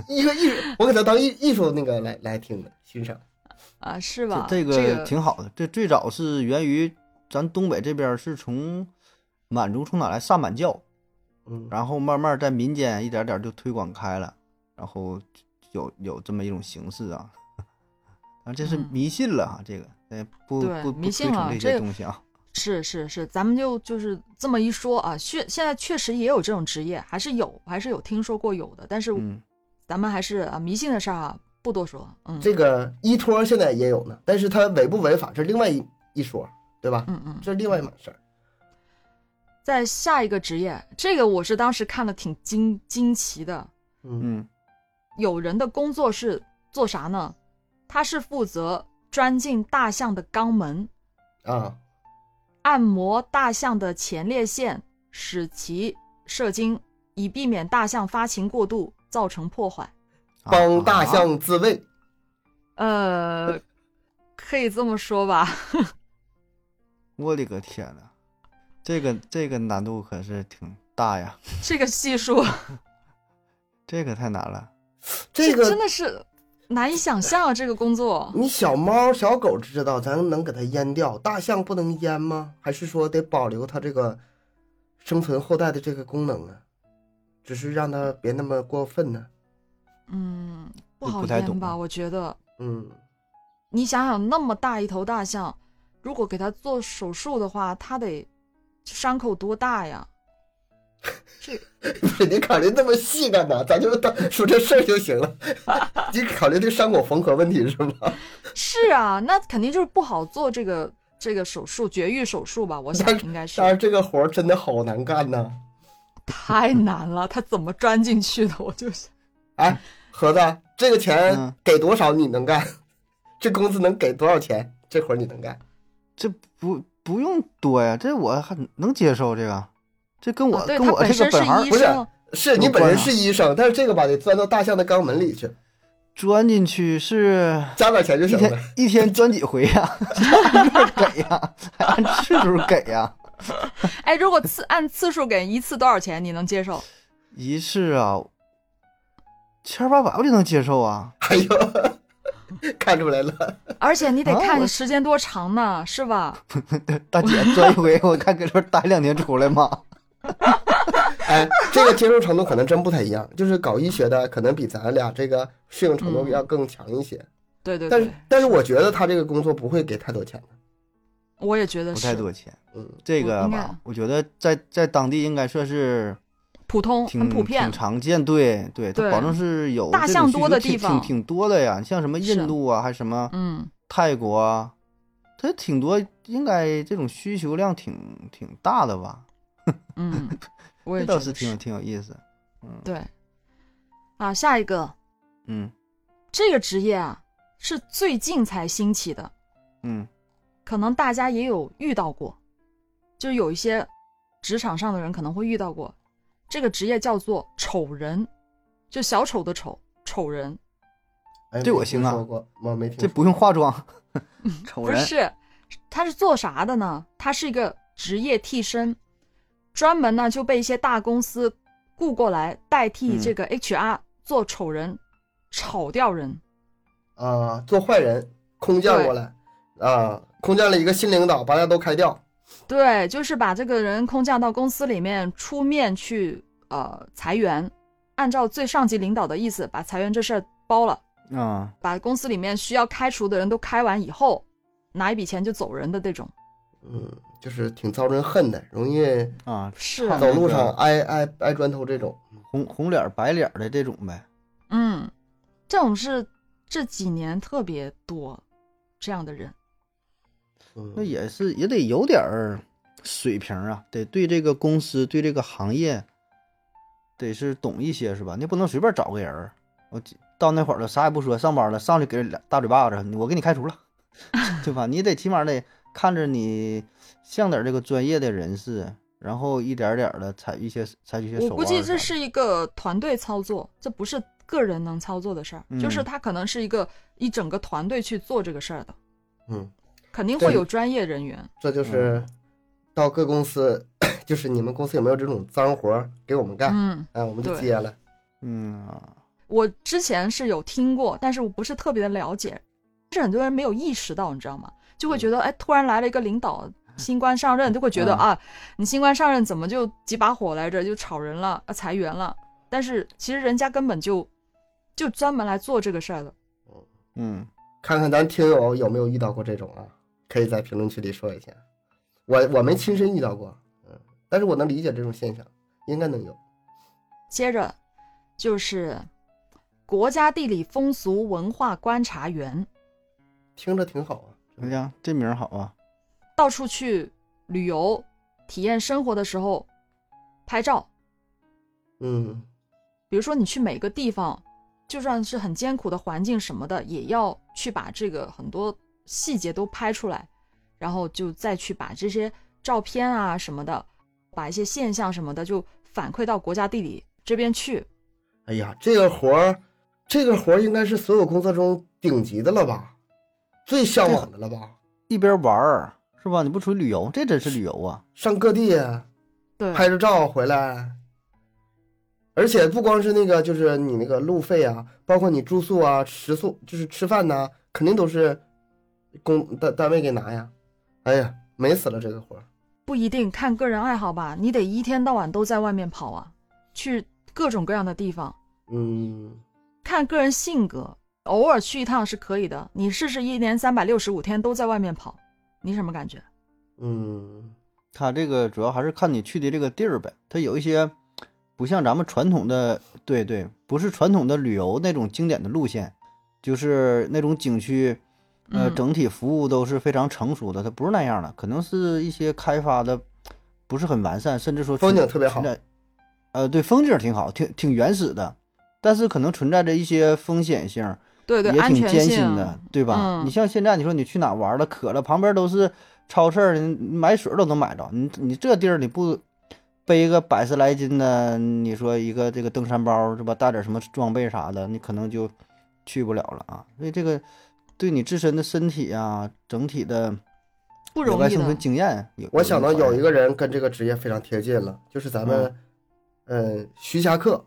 Speaker 3: 一个艺术，我给他当艺艺术那个来来听的欣赏。
Speaker 1: 啊，是
Speaker 2: 这
Speaker 1: 吧？
Speaker 2: 这
Speaker 1: 这
Speaker 2: 个挺好的，这最早是源于咱东北这边儿是从满族从哪来萨满教，
Speaker 3: 嗯，
Speaker 2: 然后慢慢在民间一点点儿就推广开了，然后有有这么一种形式啊，啊，这是
Speaker 1: 嗯
Speaker 2: 迷信了哈，这个哎不
Speaker 1: 对
Speaker 2: 不不
Speaker 1: 迷
Speaker 2: 推
Speaker 1: 信
Speaker 2: 崇
Speaker 1: 了
Speaker 2: 这
Speaker 1: 这
Speaker 2: 些
Speaker 1: 个
Speaker 2: 东西啊，
Speaker 1: 是是是，咱们就就是这么一说啊，确现在确实也有这种职业，还是有，还是有听说过有的，但是
Speaker 2: 嗯，
Speaker 1: 咱们还是啊迷信的事儿啊不多说，嗯
Speaker 3: 这个依托现在也有呢，但是它违不违法这是另外一一说，对吧？
Speaker 1: 嗯嗯。
Speaker 3: 这是另外一码事儿。
Speaker 1: 再下一个职业，这个我是当时看了挺惊惊奇的，
Speaker 3: 嗯
Speaker 2: 嗯，
Speaker 1: 有人的工作是做啥呢？他是负责钻进大象的肛门，
Speaker 2: 嗯
Speaker 3: 啊，
Speaker 1: 按摩大象的前列腺，使其射精，以避免大象发情过度造成破坏。
Speaker 2: 啊
Speaker 3: 帮大
Speaker 2: 啊
Speaker 3: 象自卫，
Speaker 2: [LAUGHS]
Speaker 1: 呃，可以这么说吧， [LAUGHS]
Speaker 2: 我的个天呐，这个这个难度可是挺大呀，
Speaker 1: 这个系数，
Speaker 2: 这个太难了，
Speaker 3: 这
Speaker 1: 真
Speaker 3: 个
Speaker 1: 的是难以想象啊！这个工作，
Speaker 3: 你小猫小狗知道，咱能给它阉掉，大象不能阉吗？还是说得保留它这个生存后代的这个功能啊？只是让它别那么过分呢、
Speaker 1: 嗯，不
Speaker 2: 不
Speaker 1: 好
Speaker 2: 太懂
Speaker 1: 编吧？
Speaker 2: 啊
Speaker 1: 我觉得，
Speaker 3: 嗯， [LAUGHS]
Speaker 1: 你想想，那么大一头大象，如果给它做手术的话，它得伤口多大呀？
Speaker 3: 不是你考虑那么细干嘛？咱就当说这事儿就行了。 [LAUGHS] 你考虑这伤口缝合问题是吗？
Speaker 1: 是啊，那肯定就是不好做这个这个手术，绝育手术吧？我想应该是
Speaker 3: 当然，这个活儿真的好难干呐、
Speaker 1: 太难了，它怎么钻进去的？我就是。
Speaker 3: 哎，盒子，这个钱
Speaker 2: 嗯
Speaker 3: 给多少你能干？ [LAUGHS] 这工资能给多少钱？这活儿你能干？
Speaker 2: 这不不用多呀，这我还能接受这个。这跟 [LAUGHS] 我、
Speaker 1: 啊对
Speaker 2: 跟
Speaker 1: 他
Speaker 2: 我
Speaker 1: 本
Speaker 2: 这
Speaker 1: 身
Speaker 2: 个
Speaker 1: 是
Speaker 2: 本行
Speaker 1: 医
Speaker 3: 不是
Speaker 1: 生，
Speaker 3: 是你本人是医生，但是这个吧得钻到大象的肛门里去，
Speaker 2: 钻进去是
Speaker 3: 加点钱就
Speaker 2: 一
Speaker 3: 行
Speaker 2: 天
Speaker 3: 了。
Speaker 2: 一天钻几回呀、 [LAUGHS] 按个儿给呀、 [LAUGHS] 还按次数给呀、
Speaker 1: 哎，如果次按次数给一次多少钱，你能接受？
Speaker 2: 一次啊，千八百我就能接受啊。 [LAUGHS]
Speaker 3: 哎呦， [LAUGHS] 看出来了，
Speaker 1: 而且你得
Speaker 2: 啊
Speaker 1: 看
Speaker 2: 我
Speaker 1: 时间多长呢，是吧？
Speaker 2: 大姐钻一回，我看搁这儿待两天出
Speaker 1: [LAUGHS]
Speaker 2: 来嘛。
Speaker 3: 哎，这个接受程度可能真不太一样， [LAUGHS] 就是搞医学的可能比咱俩这个适应程
Speaker 2: 嗯
Speaker 3: 度要更强一些，
Speaker 1: 对对
Speaker 3: 但是
Speaker 1: 对，
Speaker 3: 但是我觉得他这个工作不会给太多钱的，
Speaker 1: 我也觉得
Speaker 2: 不
Speaker 1: 是
Speaker 2: 太多钱，
Speaker 3: 嗯，
Speaker 2: 这个
Speaker 1: 应该
Speaker 2: 吧，我觉得在在当地应该算是
Speaker 1: 普通，
Speaker 2: 挺
Speaker 1: 很普遍
Speaker 2: 挺。常见。对对，它
Speaker 1: 对
Speaker 2: 保证是有
Speaker 1: 大
Speaker 2: 这
Speaker 1: 象
Speaker 2: 种需
Speaker 1: 多
Speaker 2: 求
Speaker 1: 的
Speaker 2: 挺
Speaker 1: 地方
Speaker 2: 挺挺多的呀。像什么
Speaker 1: 是
Speaker 2: 印度啊，还什么
Speaker 1: 嗯，
Speaker 2: 泰国啊，它挺多，应该这种需求量挺挺大的吧？
Speaker 1: 嗯，
Speaker 2: [LAUGHS]
Speaker 1: 我
Speaker 2: 这
Speaker 1: 也
Speaker 2: 倒
Speaker 1: 觉
Speaker 2: 是
Speaker 1: 得
Speaker 2: 挺有
Speaker 1: 是。
Speaker 2: 挺有意思。嗯
Speaker 1: 对，啊，下一个
Speaker 2: 嗯
Speaker 1: 这个职业啊，是最近才兴起的，
Speaker 2: 嗯，
Speaker 1: 可能大家也有遇到过，就是有一些职场上的人可能会遇到过。这个职业叫做丑人，就小丑的丑，丑人
Speaker 3: 哎，
Speaker 2: 这我
Speaker 3: 没听
Speaker 2: 行啊
Speaker 3: 说过，我没听
Speaker 2: 这
Speaker 3: 说
Speaker 2: 不用化妆，丑
Speaker 1: 嗯不
Speaker 2: 人
Speaker 1: 是，他是做啥的呢？他是一个职业替身，专门呢就被一些大公司雇过来代替
Speaker 2: 嗯
Speaker 1: 这个 HR 做丑人，炒掉人。
Speaker 3: 啊，做坏人空降过来啊，空降了一个新领导，把大家都开掉。
Speaker 1: 对，就是把这个人空降到公司里面出面去呃裁员，按照最上级领导的意思把裁员这事儿包了，
Speaker 2: 啊，
Speaker 1: 把公司里面需要开除的人都开完以后，拿一笔钱就走人的这种。
Speaker 3: 嗯，就是挺招人恨的，容易
Speaker 2: 啊，
Speaker 1: 是
Speaker 2: 看
Speaker 3: 走
Speaker 2: 那
Speaker 3: 路
Speaker 2: 个
Speaker 3: 上挨挨挨砖头这种。
Speaker 2: 红红脸儿白脸儿的这种呗。
Speaker 1: 嗯，这种是这几年特别多这样的人。
Speaker 3: 嗯
Speaker 2: 那也是也得有点儿水平啊，得对这个公司、对这个行业，得是懂一些是吧？你不能随便找个人儿。我记到那会儿了，啥也不说，上班了，上去给人俩大嘴巴子，我给你开除了， [LAUGHS] 对吧？你得起码得看着你像点儿这个专业的人士，然后一点儿点的采一些采取一些手
Speaker 1: 我估
Speaker 2: 腕。
Speaker 1: 计这，是一个团队操作，这不是个人能操作的事儿，
Speaker 2: 嗯
Speaker 1: 就是他可能是一个一整个团队去做这个事儿的，
Speaker 3: 嗯，
Speaker 1: 肯定会
Speaker 3: 对
Speaker 1: 有专业人员。
Speaker 3: 这就是到各公司， [COUGHS] 就是你们公司有没有这种脏活儿给我们干？
Speaker 1: 嗯，
Speaker 3: 哎，我们就
Speaker 1: 对
Speaker 3: 接了。
Speaker 2: 嗯啊，
Speaker 1: 我之前是有听过，但是我不是特别的了解，是很多人没有意识到，你知道吗？就会觉得，哎，突然来了一个领导新官上任，就会觉得、
Speaker 2: 嗯
Speaker 1: 啊，你新官上任怎么就几把火来着，就炒人了，啊裁员了？但是其实人家根本就就专门来做这个事儿的。
Speaker 2: 嗯，
Speaker 3: 看看咱听友有没有遇到过这种啊？可以在评论区里说一下。我我没亲身遇到过，嗯，但是我能理解这种现象，应该能有。
Speaker 1: 接着就是国家地理风俗文化观察员，
Speaker 3: 听着挺好啊。
Speaker 2: 哎呀，这名儿好啊，
Speaker 1: 到处去旅游、体验生活的时候拍照，
Speaker 3: 嗯，
Speaker 1: 比如说你去每个地方，就算是很艰苦的环境什么的，也要去把这个很多细节都拍出来，然后就再去把这些照片啊什么的，把一些现象什么的就反馈到国家地理这边去。
Speaker 3: 哎呀，这个活儿，这个活儿应该是所有工作中顶级的了吧，最向往的了吧。
Speaker 2: 一边玩儿是吧？你不出去旅游，这真是旅游啊。
Speaker 3: 上各地
Speaker 1: 对，
Speaker 3: 拍着照回来，而且不光是那个，就是你那个路费啊，包括你住宿啊、食宿，就是吃饭呐、肯定都是公单单位给拿呀。哎呀，美死了这个活儿。
Speaker 1: 不一定看个人爱好吧，你得一天到晚都在外面跑啊，去各种各样的地方，
Speaker 3: 嗯，
Speaker 1: 看个人性格，偶尔去一趟是可以的。你试试一年三百六十五天都在外面跑，你什么感觉？
Speaker 3: 嗯，
Speaker 2: 它这个主要还是看你去的这个地儿呗，它有一些不像咱们传统的，对对，不是传统的旅游那种经典的路线，就是那种景区，呃，
Speaker 1: 嗯
Speaker 2: 整体服务都是非常成熟的，它不是那样的，可能是一些开发的不是很完善，甚至说
Speaker 3: 风景
Speaker 2: 存
Speaker 3: 特别好
Speaker 2: 存在呃，对，风景挺好，挺挺原始的，但是可能存在着一些风险性，
Speaker 1: 对对，
Speaker 2: 也
Speaker 1: 安
Speaker 2: 挺
Speaker 1: 全
Speaker 2: 艰
Speaker 1: 性
Speaker 2: 辛的，对吧？
Speaker 1: 嗯
Speaker 2: 你像现在，你说你去哪玩了，渴了，旁边都是超市儿，你买水儿都能买着。你你这地儿你不背一个百十来斤的，你说一个这个登山包是吧？带点什么装备啥的，你可能就去不了了啊。所以这个对你自身的身体啊，整体的
Speaker 1: 不
Speaker 2: 野
Speaker 1: 容
Speaker 2: 外
Speaker 1: 易
Speaker 2: 生存
Speaker 1: 的。
Speaker 2: 经验有，
Speaker 3: 我想到有一
Speaker 2: 个
Speaker 3: 个人跟这个职业非常贴近了，就是咱们，嗯，徐霞客，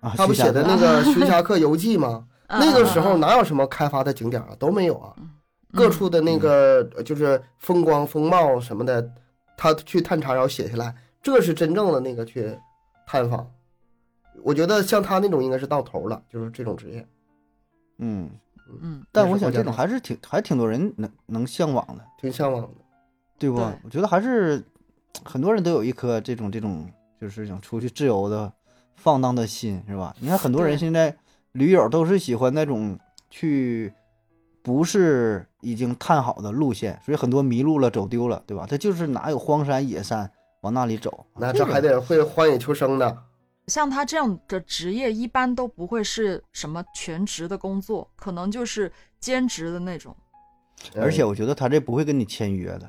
Speaker 2: 啊，
Speaker 3: 他不
Speaker 2: 徐霞
Speaker 3: 写的
Speaker 2: 客
Speaker 3: 那个《徐霞客游记》吗？
Speaker 1: 嗯
Speaker 3: 那个时候
Speaker 1: 嗯
Speaker 3: 哪有什么开发的景点啊，都没有啊
Speaker 1: 嗯，
Speaker 3: 各处的那个呃就是风光风貌什么的，他去探查然后写下来，这是真正的那个去探访。我觉得像他那种应该是到头了，就是这种职业。
Speaker 2: 嗯，
Speaker 1: 嗯，
Speaker 2: 但
Speaker 3: 那
Speaker 2: 我
Speaker 3: 是
Speaker 2: 想
Speaker 3: 国家
Speaker 2: 这种
Speaker 3: 队
Speaker 2: 还是挺还挺多人能能向往的，
Speaker 3: 挺向往的。
Speaker 2: 对不？
Speaker 1: 对
Speaker 2: 我觉得还是很多人都有一颗这种这种就是想出去自由的放荡的心，是吧？你看很多人
Speaker 1: 对
Speaker 2: 现在驴友都是喜欢那种去不是已经探好的路线，所以很多迷路了、走丢了，对吧？他就是哪有荒山野山往那里走，啊
Speaker 3: 那
Speaker 2: 这
Speaker 3: 这
Speaker 2: 种
Speaker 3: 还得会荒野求生的，
Speaker 1: 像他这样的职业，一般都不会是什么全职的工作，可能就是兼职的那种。
Speaker 2: 嗯
Speaker 3: 嗯
Speaker 2: 而且我觉得他这不会跟你签约的。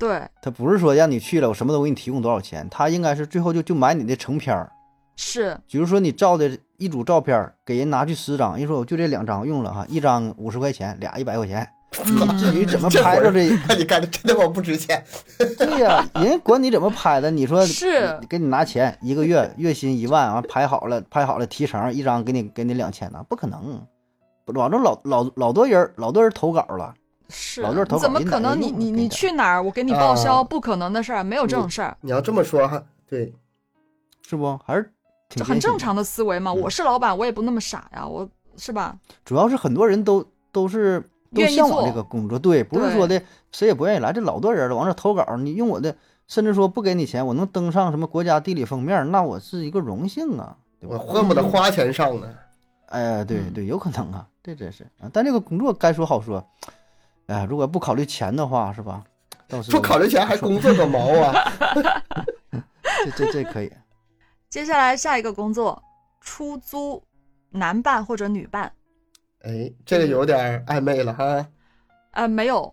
Speaker 1: 对，
Speaker 2: 他不是说让你去了，我什么都给你提供多少钱，他应该是最后就就买你的成片儿，
Speaker 1: 是，
Speaker 2: 比如说你照的一组照片儿，给人拿去十张，人说我就这两张用
Speaker 1: [LAUGHS]
Speaker 2: 了哈，一张五十块钱，俩一百块钱，
Speaker 3: [LAUGHS]
Speaker 2: 至于怎么
Speaker 3: 这
Speaker 2: 拍
Speaker 3: 活
Speaker 2: 着
Speaker 3: 儿
Speaker 2: 这，
Speaker 3: 看嗯你干的真他妈不值钱。
Speaker 2: 对
Speaker 1: [LAUGHS]
Speaker 2: 呀、人管你怎么拍的，你说
Speaker 1: 是
Speaker 2: 给你拿钱，一个月月薪一万，完拍好了，拍好了提成，一张给你给你两千呢，不可能，网上老老老多人老多人投稿了，
Speaker 1: 是
Speaker 2: 老六投稿
Speaker 1: 怎么
Speaker 2: 一
Speaker 1: 可
Speaker 2: 奶
Speaker 1: 能
Speaker 2: 一
Speaker 1: 你？
Speaker 2: 路
Speaker 1: 你
Speaker 2: 我
Speaker 1: 你
Speaker 2: 跟你
Speaker 1: 去哪儿，我给你报销，
Speaker 3: 啊
Speaker 1: 不可能的事儿，没有这种事儿，
Speaker 3: 你要这么说哈，对，
Speaker 2: 是不？还是挺
Speaker 1: 这很
Speaker 2: 艰辛
Speaker 1: 正常的思维嘛。
Speaker 2: 嗯
Speaker 1: 我是老板，我也不那么傻呀，我是吧？
Speaker 2: 主要是很多人都都是都
Speaker 1: 愿意
Speaker 2: 向往
Speaker 1: 做
Speaker 2: 这个工作，对，不是说的谁也不愿意来，这老多人了，往这投稿，你用我的，甚至说不给你钱，我能登上什么国家地理封面，那我是一个荣幸啊，对
Speaker 3: 我
Speaker 2: 吧？
Speaker 3: 恨不得花钱上呢。
Speaker 2: 哎，对
Speaker 1: 嗯
Speaker 2: 对，有可能啊，这真是啊，但这个工作该说好说，哎，如果不考虑钱的话，是吧？到时
Speaker 3: 不考虑钱还工作个毛啊！ [LAUGHS]
Speaker 2: 这这这
Speaker 1: [LAUGHS]
Speaker 2: 可以，
Speaker 1: 接下来下一个工作，出租男伴或者女伴，
Speaker 3: 哎，这个有点暧昧了哈。
Speaker 1: 呃，没有，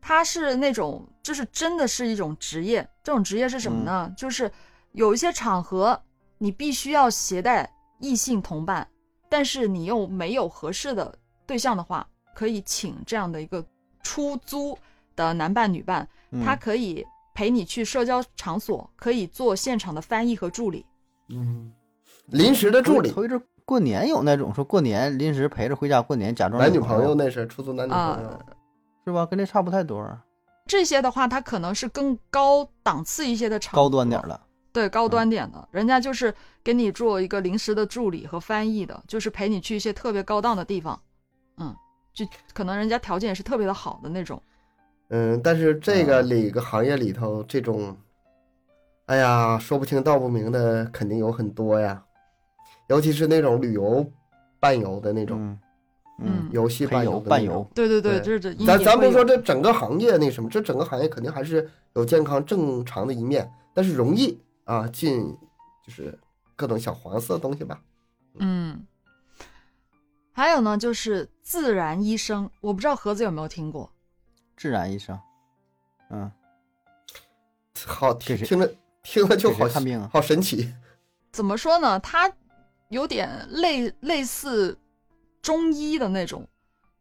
Speaker 1: 他是那种，就是真的是一种职业。这种职业是什么
Speaker 2: 嗯
Speaker 1: 呢？就是有一些场合你必须要携带异性同伴，但是你又没有合适的对象的话，可以请这样的一个出租的男伴、女伴，
Speaker 2: 嗯
Speaker 1: 他可以陪你去社交场所，可以做现场的翻译和助理。
Speaker 3: 嗯， [LAUGHS] 临时的助理，
Speaker 2: 头一阵过年有那种说过年临时陪着回家过年，假装
Speaker 3: 男女
Speaker 2: 女
Speaker 3: 朋
Speaker 2: 友
Speaker 3: 友那是出租男女朋友
Speaker 1: 啊，
Speaker 2: 是吧？跟这差不太多，
Speaker 1: 这些的话，它可能是更高档次一些的场合，
Speaker 2: 高端点儿了。
Speaker 1: 对高端点的，人家就是给你做一个临时的助理和翻译的，就是陪你去一些特别高档的地方，嗯，就可能人家条件也是特别的好的那种，
Speaker 3: 嗯，但是这个里个行业里头这种，哎呀，说不清道不明的肯定有很多呀，尤其是那种旅游伴游的那种，
Speaker 2: 嗯
Speaker 1: 嗯，
Speaker 3: 游戏
Speaker 2: 陪
Speaker 3: 伴
Speaker 2: 游
Speaker 3: 游的
Speaker 2: 伴
Speaker 3: 那种
Speaker 2: 游，
Speaker 1: 对对对，
Speaker 3: 对
Speaker 1: 就是这应
Speaker 3: 咱
Speaker 1: 也
Speaker 3: 咱
Speaker 1: 会
Speaker 3: 不说
Speaker 1: 有
Speaker 3: 这整个行业那什么，这整个行业肯定还是有健康正常的一面，但是容易啊进就是各种小黄色的东西吧。
Speaker 1: 嗯，还有呢就是自然医生，我不知道盒子有没有听过，
Speaker 2: 自然医生，嗯，
Speaker 3: 好听
Speaker 2: 这是
Speaker 3: 听着听着就
Speaker 2: 这是
Speaker 3: 好
Speaker 2: 看病啊
Speaker 3: 好神奇。
Speaker 1: 怎么说呢？它有点类类似中医的那种，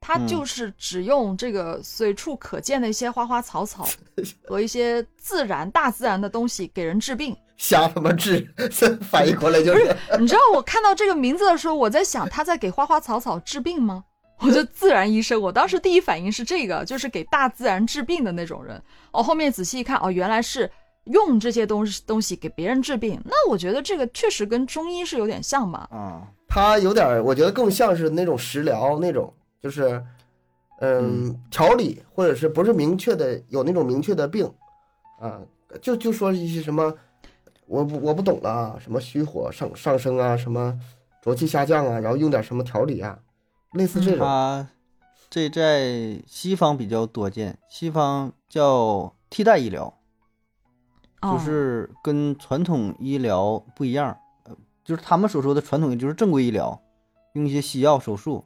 Speaker 1: 它
Speaker 2: 嗯
Speaker 1: 就是只用这个随处可见的一些花花草草
Speaker 2: [LAUGHS]
Speaker 1: 和一些自然大自然的东西给人治病。
Speaker 3: 瞎他妈治， [LAUGHS] 反应过来就是
Speaker 1: 你知道我看到这个名字的时候，我在想他在给花花草草治病吗？我
Speaker 2: [LAUGHS]
Speaker 1: 就自然医生，我当时第一反应是这个，就是给大自然治病的那种人。哦，后面仔细一看，哦，原来是用这些东西东西给别人治病。那我觉得这个确实跟中医是有点像吧。
Speaker 2: 啊，
Speaker 3: 他有点儿，我觉得更像是那种食疗那种，就是，嗯，调理或者是不是明确的有那种明确的病，啊，就就说一些什么，我不我不懂了啊，什么虚火上上升啊，什么浊气下降啊，然后用点什么调理啊，类似
Speaker 2: 嗯
Speaker 3: 这种，
Speaker 2: 他这在西方比较多见，西方叫替代医疗，就
Speaker 1: 哦
Speaker 2: 是跟传统医疗不一样，呃，就是他们所说的传统，就是正规医疗，用一些西药、手术，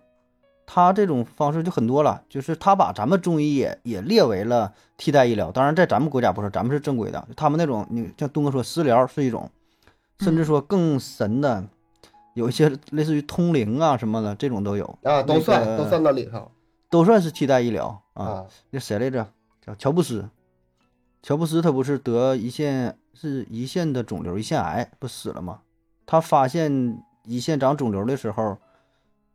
Speaker 2: 他这种方式就很多了，就是他把咱们中医也也列为了替代医疗。当然，在咱们国家不是，咱们是正规的。他们那种，你像东哥说私疗是一种，甚至说更神的，有一些类似于通灵啊什么的，这种都有
Speaker 3: 啊，都算、
Speaker 2: 那个
Speaker 3: 都算到里头
Speaker 2: 都算是替代医疗啊。
Speaker 3: 啊
Speaker 2: 那、谁来着？叫乔布斯，乔布斯他不是得胰腺是胰腺的肿瘤，胰腺癌不死了吗？他发现胰腺长肿瘤的时候，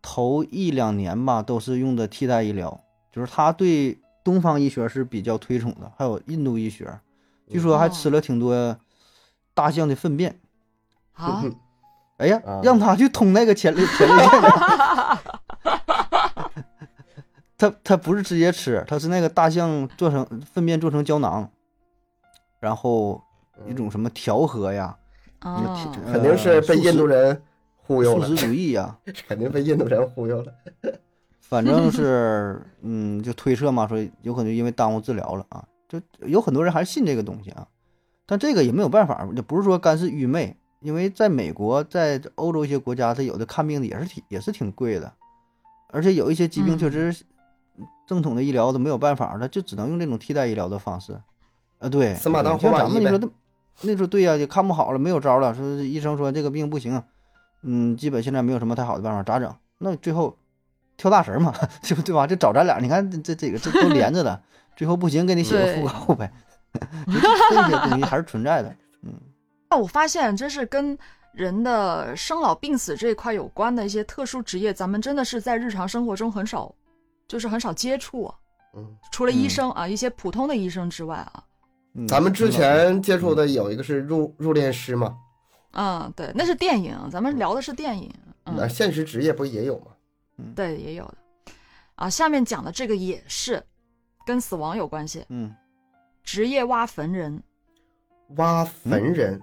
Speaker 2: 头一两年吧都是用的替代医疗，就是他对东方医学是比较推崇的，还有印度医学，据说还吃了挺多大象的粪便。
Speaker 1: 好，
Speaker 3: 嗯
Speaker 2: 哎呀
Speaker 3: 啊，
Speaker 2: 让他去通那个前 [LAUGHS] 列前列腺的他他不是直接吃，他是那个大象做成粪便做成胶囊，然后一种什么调和呀，
Speaker 1: 哦，
Speaker 2: 嗯挺
Speaker 3: 肯定是被印度人忽悠
Speaker 2: 素
Speaker 3: 了
Speaker 2: 食，主义呀，
Speaker 3: [LAUGHS] 肯定被印度人忽悠了。
Speaker 2: 反正是嗯，就推测嘛，说有可能因为耽误治疗了啊，就有很多人还是信这个东西啊，但这个也没有办法，也不是说干是愚昧，因为在美国、在欧洲一些国家，它有的看病的也是挺也是挺贵的，而且有一些疾病
Speaker 1: 嗯
Speaker 2: 确实
Speaker 3: 嗯
Speaker 2: 正统的医疗都没有办法，那就只能用这种替代医疗的方式，啊，对，
Speaker 3: 死马当
Speaker 2: 对
Speaker 3: 活马
Speaker 2: 像咱们
Speaker 3: 医
Speaker 2: 那时候
Speaker 3: 呗
Speaker 2: 都那时候对呀、也看不好了，没有招了，说是医生说这个病不行，嗯，基本现在没有什么太好的办法，咋整？那最后跳大神儿嘛， [LAUGHS] 对不对吧？就找咱俩，你看这这这个这都连着
Speaker 1: [LAUGHS]
Speaker 2: 的，最后不行，给你写个讣告呗。 [LAUGHS] 就这些东西还是存在的，
Speaker 1: 那我发现真是跟人的生老病死这一块有关的一些特殊职业，咱们真的是在日常生活中很少，就是很少接触啊、
Speaker 3: 嗯，
Speaker 1: 除了医
Speaker 2: 嗯
Speaker 1: 生啊，一些普通的医生之外啊，
Speaker 2: 嗯
Speaker 3: 咱们之前接触的有一个是入入殓师嘛，
Speaker 1: 嗯，对，那是电影，咱们聊的是电影，嗯，
Speaker 3: 那现实职业不也有吗？
Speaker 1: 对，也有的。啊，下面讲的这个也是跟死亡有关系，
Speaker 2: 嗯，
Speaker 1: 职业挖坟人，
Speaker 3: 挖
Speaker 2: 嗯
Speaker 3: 坟人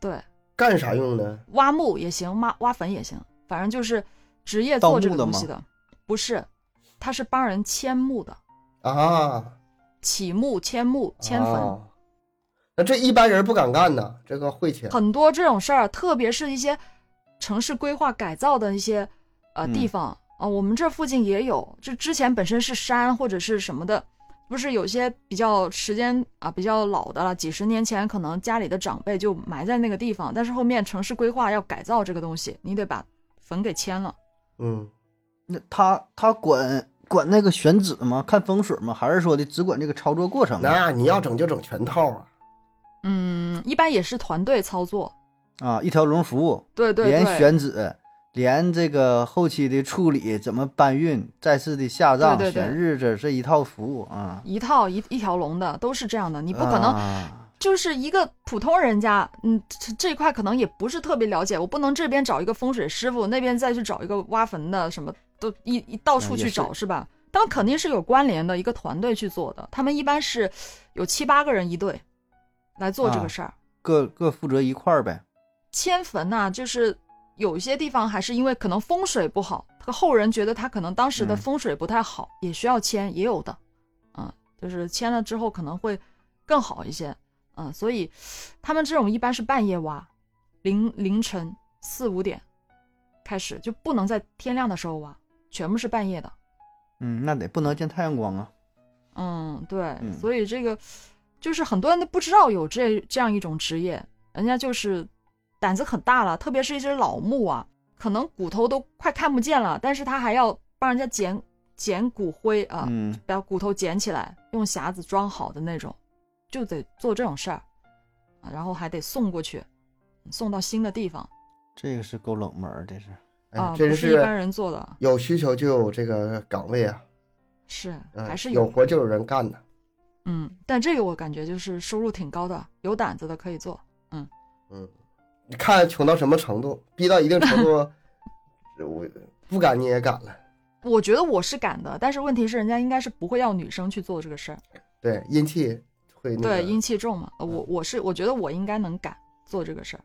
Speaker 1: 对，
Speaker 3: 干啥用呢？
Speaker 1: 挖墓也行，挖挖坟也行，反正就是职业
Speaker 2: 盗
Speaker 1: 做这
Speaker 2: 墓
Speaker 1: 个
Speaker 2: 的
Speaker 1: 东
Speaker 2: 吗
Speaker 1: 西的，不是，他是帮人迁墓的，
Speaker 3: 啊，
Speaker 1: 起墓、迁墓、迁坟，
Speaker 3: 啊那这一般人不敢干呐，这个晦气。
Speaker 1: 很多这种事儿，特别是一些城市规划改造的一些呃
Speaker 2: 嗯
Speaker 1: 地方啊、我们这附近也有。这之前本身是山或者是什么的，不是有些比较时间啊比较老的了，几十年前可能家里的长辈就埋在那个地方，但是后面城市规划要改造这个东西，你得把坟给迁了。
Speaker 3: 嗯，
Speaker 2: 那他他管管那个选址吗？看风水吗？还是说的只管这个操作过程啊？
Speaker 3: 那你要整就整全套啊。
Speaker 1: 嗯，一般也是团队操作，
Speaker 2: 啊，一条龙服务，
Speaker 1: 对对
Speaker 2: 连
Speaker 1: 对，
Speaker 2: 选址，连这个后期的处理，怎么搬运，再次的下葬、
Speaker 1: 对对对
Speaker 2: 选日子，这一套服务啊。
Speaker 1: 一套一一条龙的都是这样的，你
Speaker 2: 你
Speaker 1: 不可能
Speaker 2: 啊、
Speaker 1: 就是一个普通人家，嗯，这这一块可能也不是特别了解，我不能这边找一个风水师傅，那边再去找一个挖坟的，什么都一一到处
Speaker 2: 嗯也
Speaker 1: 去
Speaker 2: 是
Speaker 1: 找、是吧？他们肯定是有关联的，一个团队去做的，他们一般是有七八个人一队来做这
Speaker 2: 啊
Speaker 1: 个事儿。
Speaker 2: 各各负责一块儿呗。
Speaker 1: 迁坟呐、就是有一些地方还是因为可能风水不好，和后人觉得他可能当时的
Speaker 2: 嗯
Speaker 1: 风水不太好，也需要迁，也有的，嗯，就是迁了之后可能会更好一些，嗯，所以他们这种一般是半夜挖，凌凌晨四五点开始，就不能在天亮的时候挖，全部是半夜的，
Speaker 2: 嗯，那得不能见太阳光啊。
Speaker 1: 嗯，对，
Speaker 2: 嗯
Speaker 1: 所以这个就是很多人都不知道有这这样一种职业，人家就是胆子很大了，特别是一些老墓啊，可能骨头都快看不见了，但是他还要帮人家捡捡骨灰啊，
Speaker 2: 嗯，
Speaker 1: 把骨头捡起来，用匣子装好的那种，就得做这种事儿啊，然后还得送过去，送到新的地方
Speaker 2: 这个是够冷门儿，这是。
Speaker 3: 哎，
Speaker 1: 啊，不
Speaker 3: 真
Speaker 1: 是一般人做的，
Speaker 3: 有需求就有这个岗位啊，
Speaker 1: 是
Speaker 3: 嗯
Speaker 1: 还是
Speaker 3: 有
Speaker 1: 有
Speaker 3: 活就有人干的。
Speaker 1: 嗯，但这个我感觉就是收入挺高的，有胆子的可以做，
Speaker 3: 嗯，你看穷到什么程度，逼到一定
Speaker 1: [LAUGHS]
Speaker 3: 程度，我不敢你也敢了。
Speaker 1: 我觉得我是敢的，但是问题是人家应该是不会要女生去做这个事儿，
Speaker 3: 对，阴气会那个。
Speaker 1: 对阴气重嘛。呃我我是我觉得我应该能敢做这个事儿。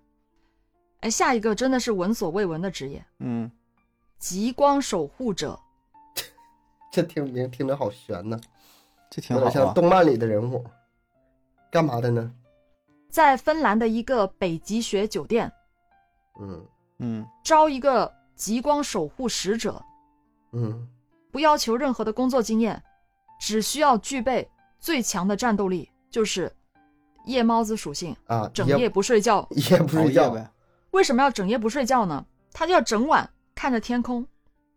Speaker 1: 哎，下一个真的是闻所未闻的职业，
Speaker 2: 嗯，
Speaker 1: 极光守护者。
Speaker 3: 这听名听着好悬呐，
Speaker 2: 这挺
Speaker 3: 有
Speaker 2: 好
Speaker 3: 点像
Speaker 2: 啊。
Speaker 3: 动漫里的人物。干嘛的呢？
Speaker 1: 在芬兰的一个北极雪酒店
Speaker 3: 嗯
Speaker 2: 嗯，
Speaker 1: 招一个极光守护使者，
Speaker 3: 嗯，
Speaker 1: 不要求任何的工作经验，只需要具备最强的战斗力，就是夜猫子属性，
Speaker 3: 啊，
Speaker 1: 整夜
Speaker 3: 也
Speaker 1: 不睡觉。
Speaker 3: [LAUGHS] 也不
Speaker 2: 熬
Speaker 3: 睡
Speaker 2: 夜
Speaker 3: 觉，
Speaker 2: 呗，
Speaker 1: 为什么要整夜不睡觉呢？他就要整晚看着天空，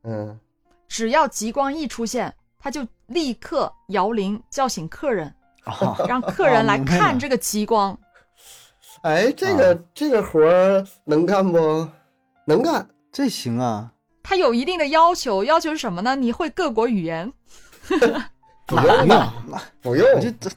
Speaker 3: 嗯，
Speaker 1: 只要极光一出现，他就立刻摇铃叫醒客
Speaker 3: [LAUGHS]
Speaker 1: 人，
Speaker 2: [LAUGHS] 啊，
Speaker 1: 让客人
Speaker 3: 哦
Speaker 1: 来
Speaker 2: 明白
Speaker 1: 看
Speaker 2: 了
Speaker 1: 这个极光。
Speaker 3: 哎，这个、
Speaker 2: 啊
Speaker 3: 这个活儿能干不？能干，
Speaker 2: 这行 [LAUGHS] 啊，
Speaker 1: 他有一定的要求，要求是什么呢？你会各国语言，
Speaker 3: 不用吧？
Speaker 2: 那
Speaker 3: 不用
Speaker 2: 我就这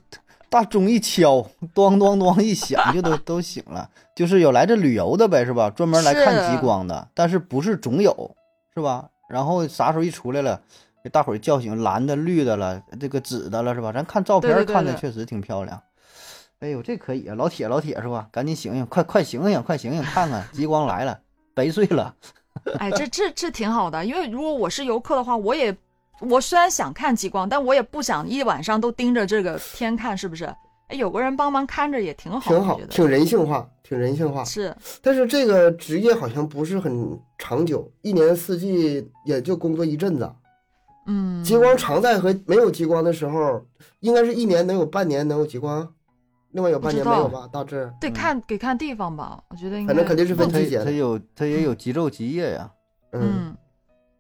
Speaker 2: 大钟一敲，咣咣咣一响，就都都醒了。就是有来这旅游的呗，是吧？专门来看极
Speaker 1: 是
Speaker 2: 光的，但是不是总有，是吧？然后啥时候一出来了，给大伙儿叫醒，蓝的、绿的了，这个紫的了，是吧？咱看照片
Speaker 1: 对对
Speaker 2: 儿
Speaker 1: 对
Speaker 2: 看的
Speaker 1: 对
Speaker 2: 确实挺漂亮。哎呦，这可以啊，老铁老铁是吧？赶紧醒醒，快快醒醒，快醒醒，看看极光来了，白睡了。
Speaker 1: 哎，这这这挺好的，因为如果我是游客的话，我也我虽然想看极光，但我也不想一晚上都盯着这个天看，是不是？哎，有个人帮忙看着也挺好，
Speaker 3: 挺
Speaker 1: 我
Speaker 3: 好
Speaker 1: 觉，得
Speaker 3: 挺人性化，挺人性化。
Speaker 1: 是
Speaker 3: 但是这个职业好像不是很长久，一年四季也就工作一阵子。
Speaker 1: 嗯，
Speaker 3: 极光常在和没有极光的时候，应该是一年能有半年能有极光，另外有半年
Speaker 1: 不知
Speaker 3: 没
Speaker 1: 道
Speaker 3: 有吧？大致
Speaker 1: 对，看给看地方吧，我觉得应该
Speaker 3: 嗯反正肯定是分
Speaker 2: 它
Speaker 3: 季节
Speaker 2: 它
Speaker 3: 的。
Speaker 2: 有它也有极昼极夜呀、
Speaker 3: 嗯，
Speaker 1: 嗯，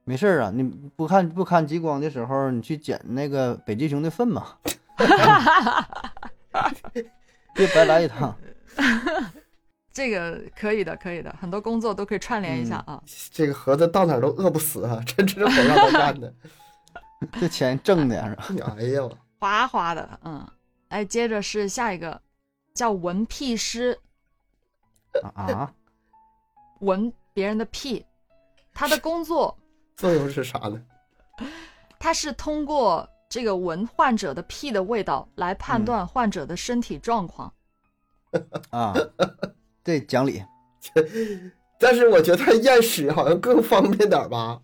Speaker 2: 没事儿啊，你不看不看极光的时候，你去捡那个北极熊的粪
Speaker 3: [LAUGHS]
Speaker 2: 嘛，别白来一趟。
Speaker 1: 这个可以的，可以的，很多工作都可以串联一
Speaker 3: 嗯
Speaker 1: 下啊。
Speaker 3: 这个盒子到哪儿都饿不死啊， [LAUGHS] 真是好让他
Speaker 1: [LAUGHS]
Speaker 3: 干的。
Speaker 2: 这钱挣的是吧？
Speaker 3: 哎呀，我
Speaker 1: 哗哗的，嗯，哎，接着是下一个叫闻屁师，
Speaker 2: 啊，
Speaker 1: 闻别人的屁，他的工作
Speaker 3: 作用是啥呢？
Speaker 1: 他是通过这个闻患者的屁的味道来判断患者的身体状况。
Speaker 2: 啊，这讲理。
Speaker 3: 但是我觉得验屎好像更方便点儿吧。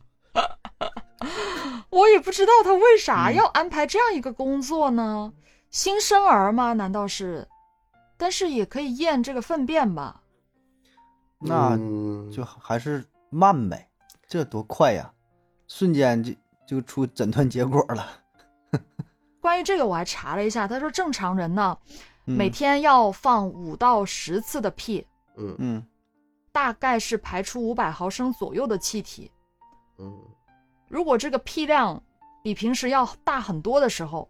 Speaker 1: 我也不知道他为啥
Speaker 2: 嗯
Speaker 1: 要安排这样一个工作呢？新生儿吗？难道是？但是也可以验这个粪便吧？
Speaker 2: 那
Speaker 3: 嗯
Speaker 2: 就还是慢呗，这多快呀，瞬间就就出诊断结果了。
Speaker 1: 关于这个我还查了一下，他说正常人呢，
Speaker 2: 嗯
Speaker 1: 每天要放五到十次的屁，
Speaker 3: 嗯
Speaker 2: 嗯，
Speaker 1: 大概是排出五百毫升左右的气体。
Speaker 3: 嗯，
Speaker 1: 如果这个屁量比平时要大很多的时候，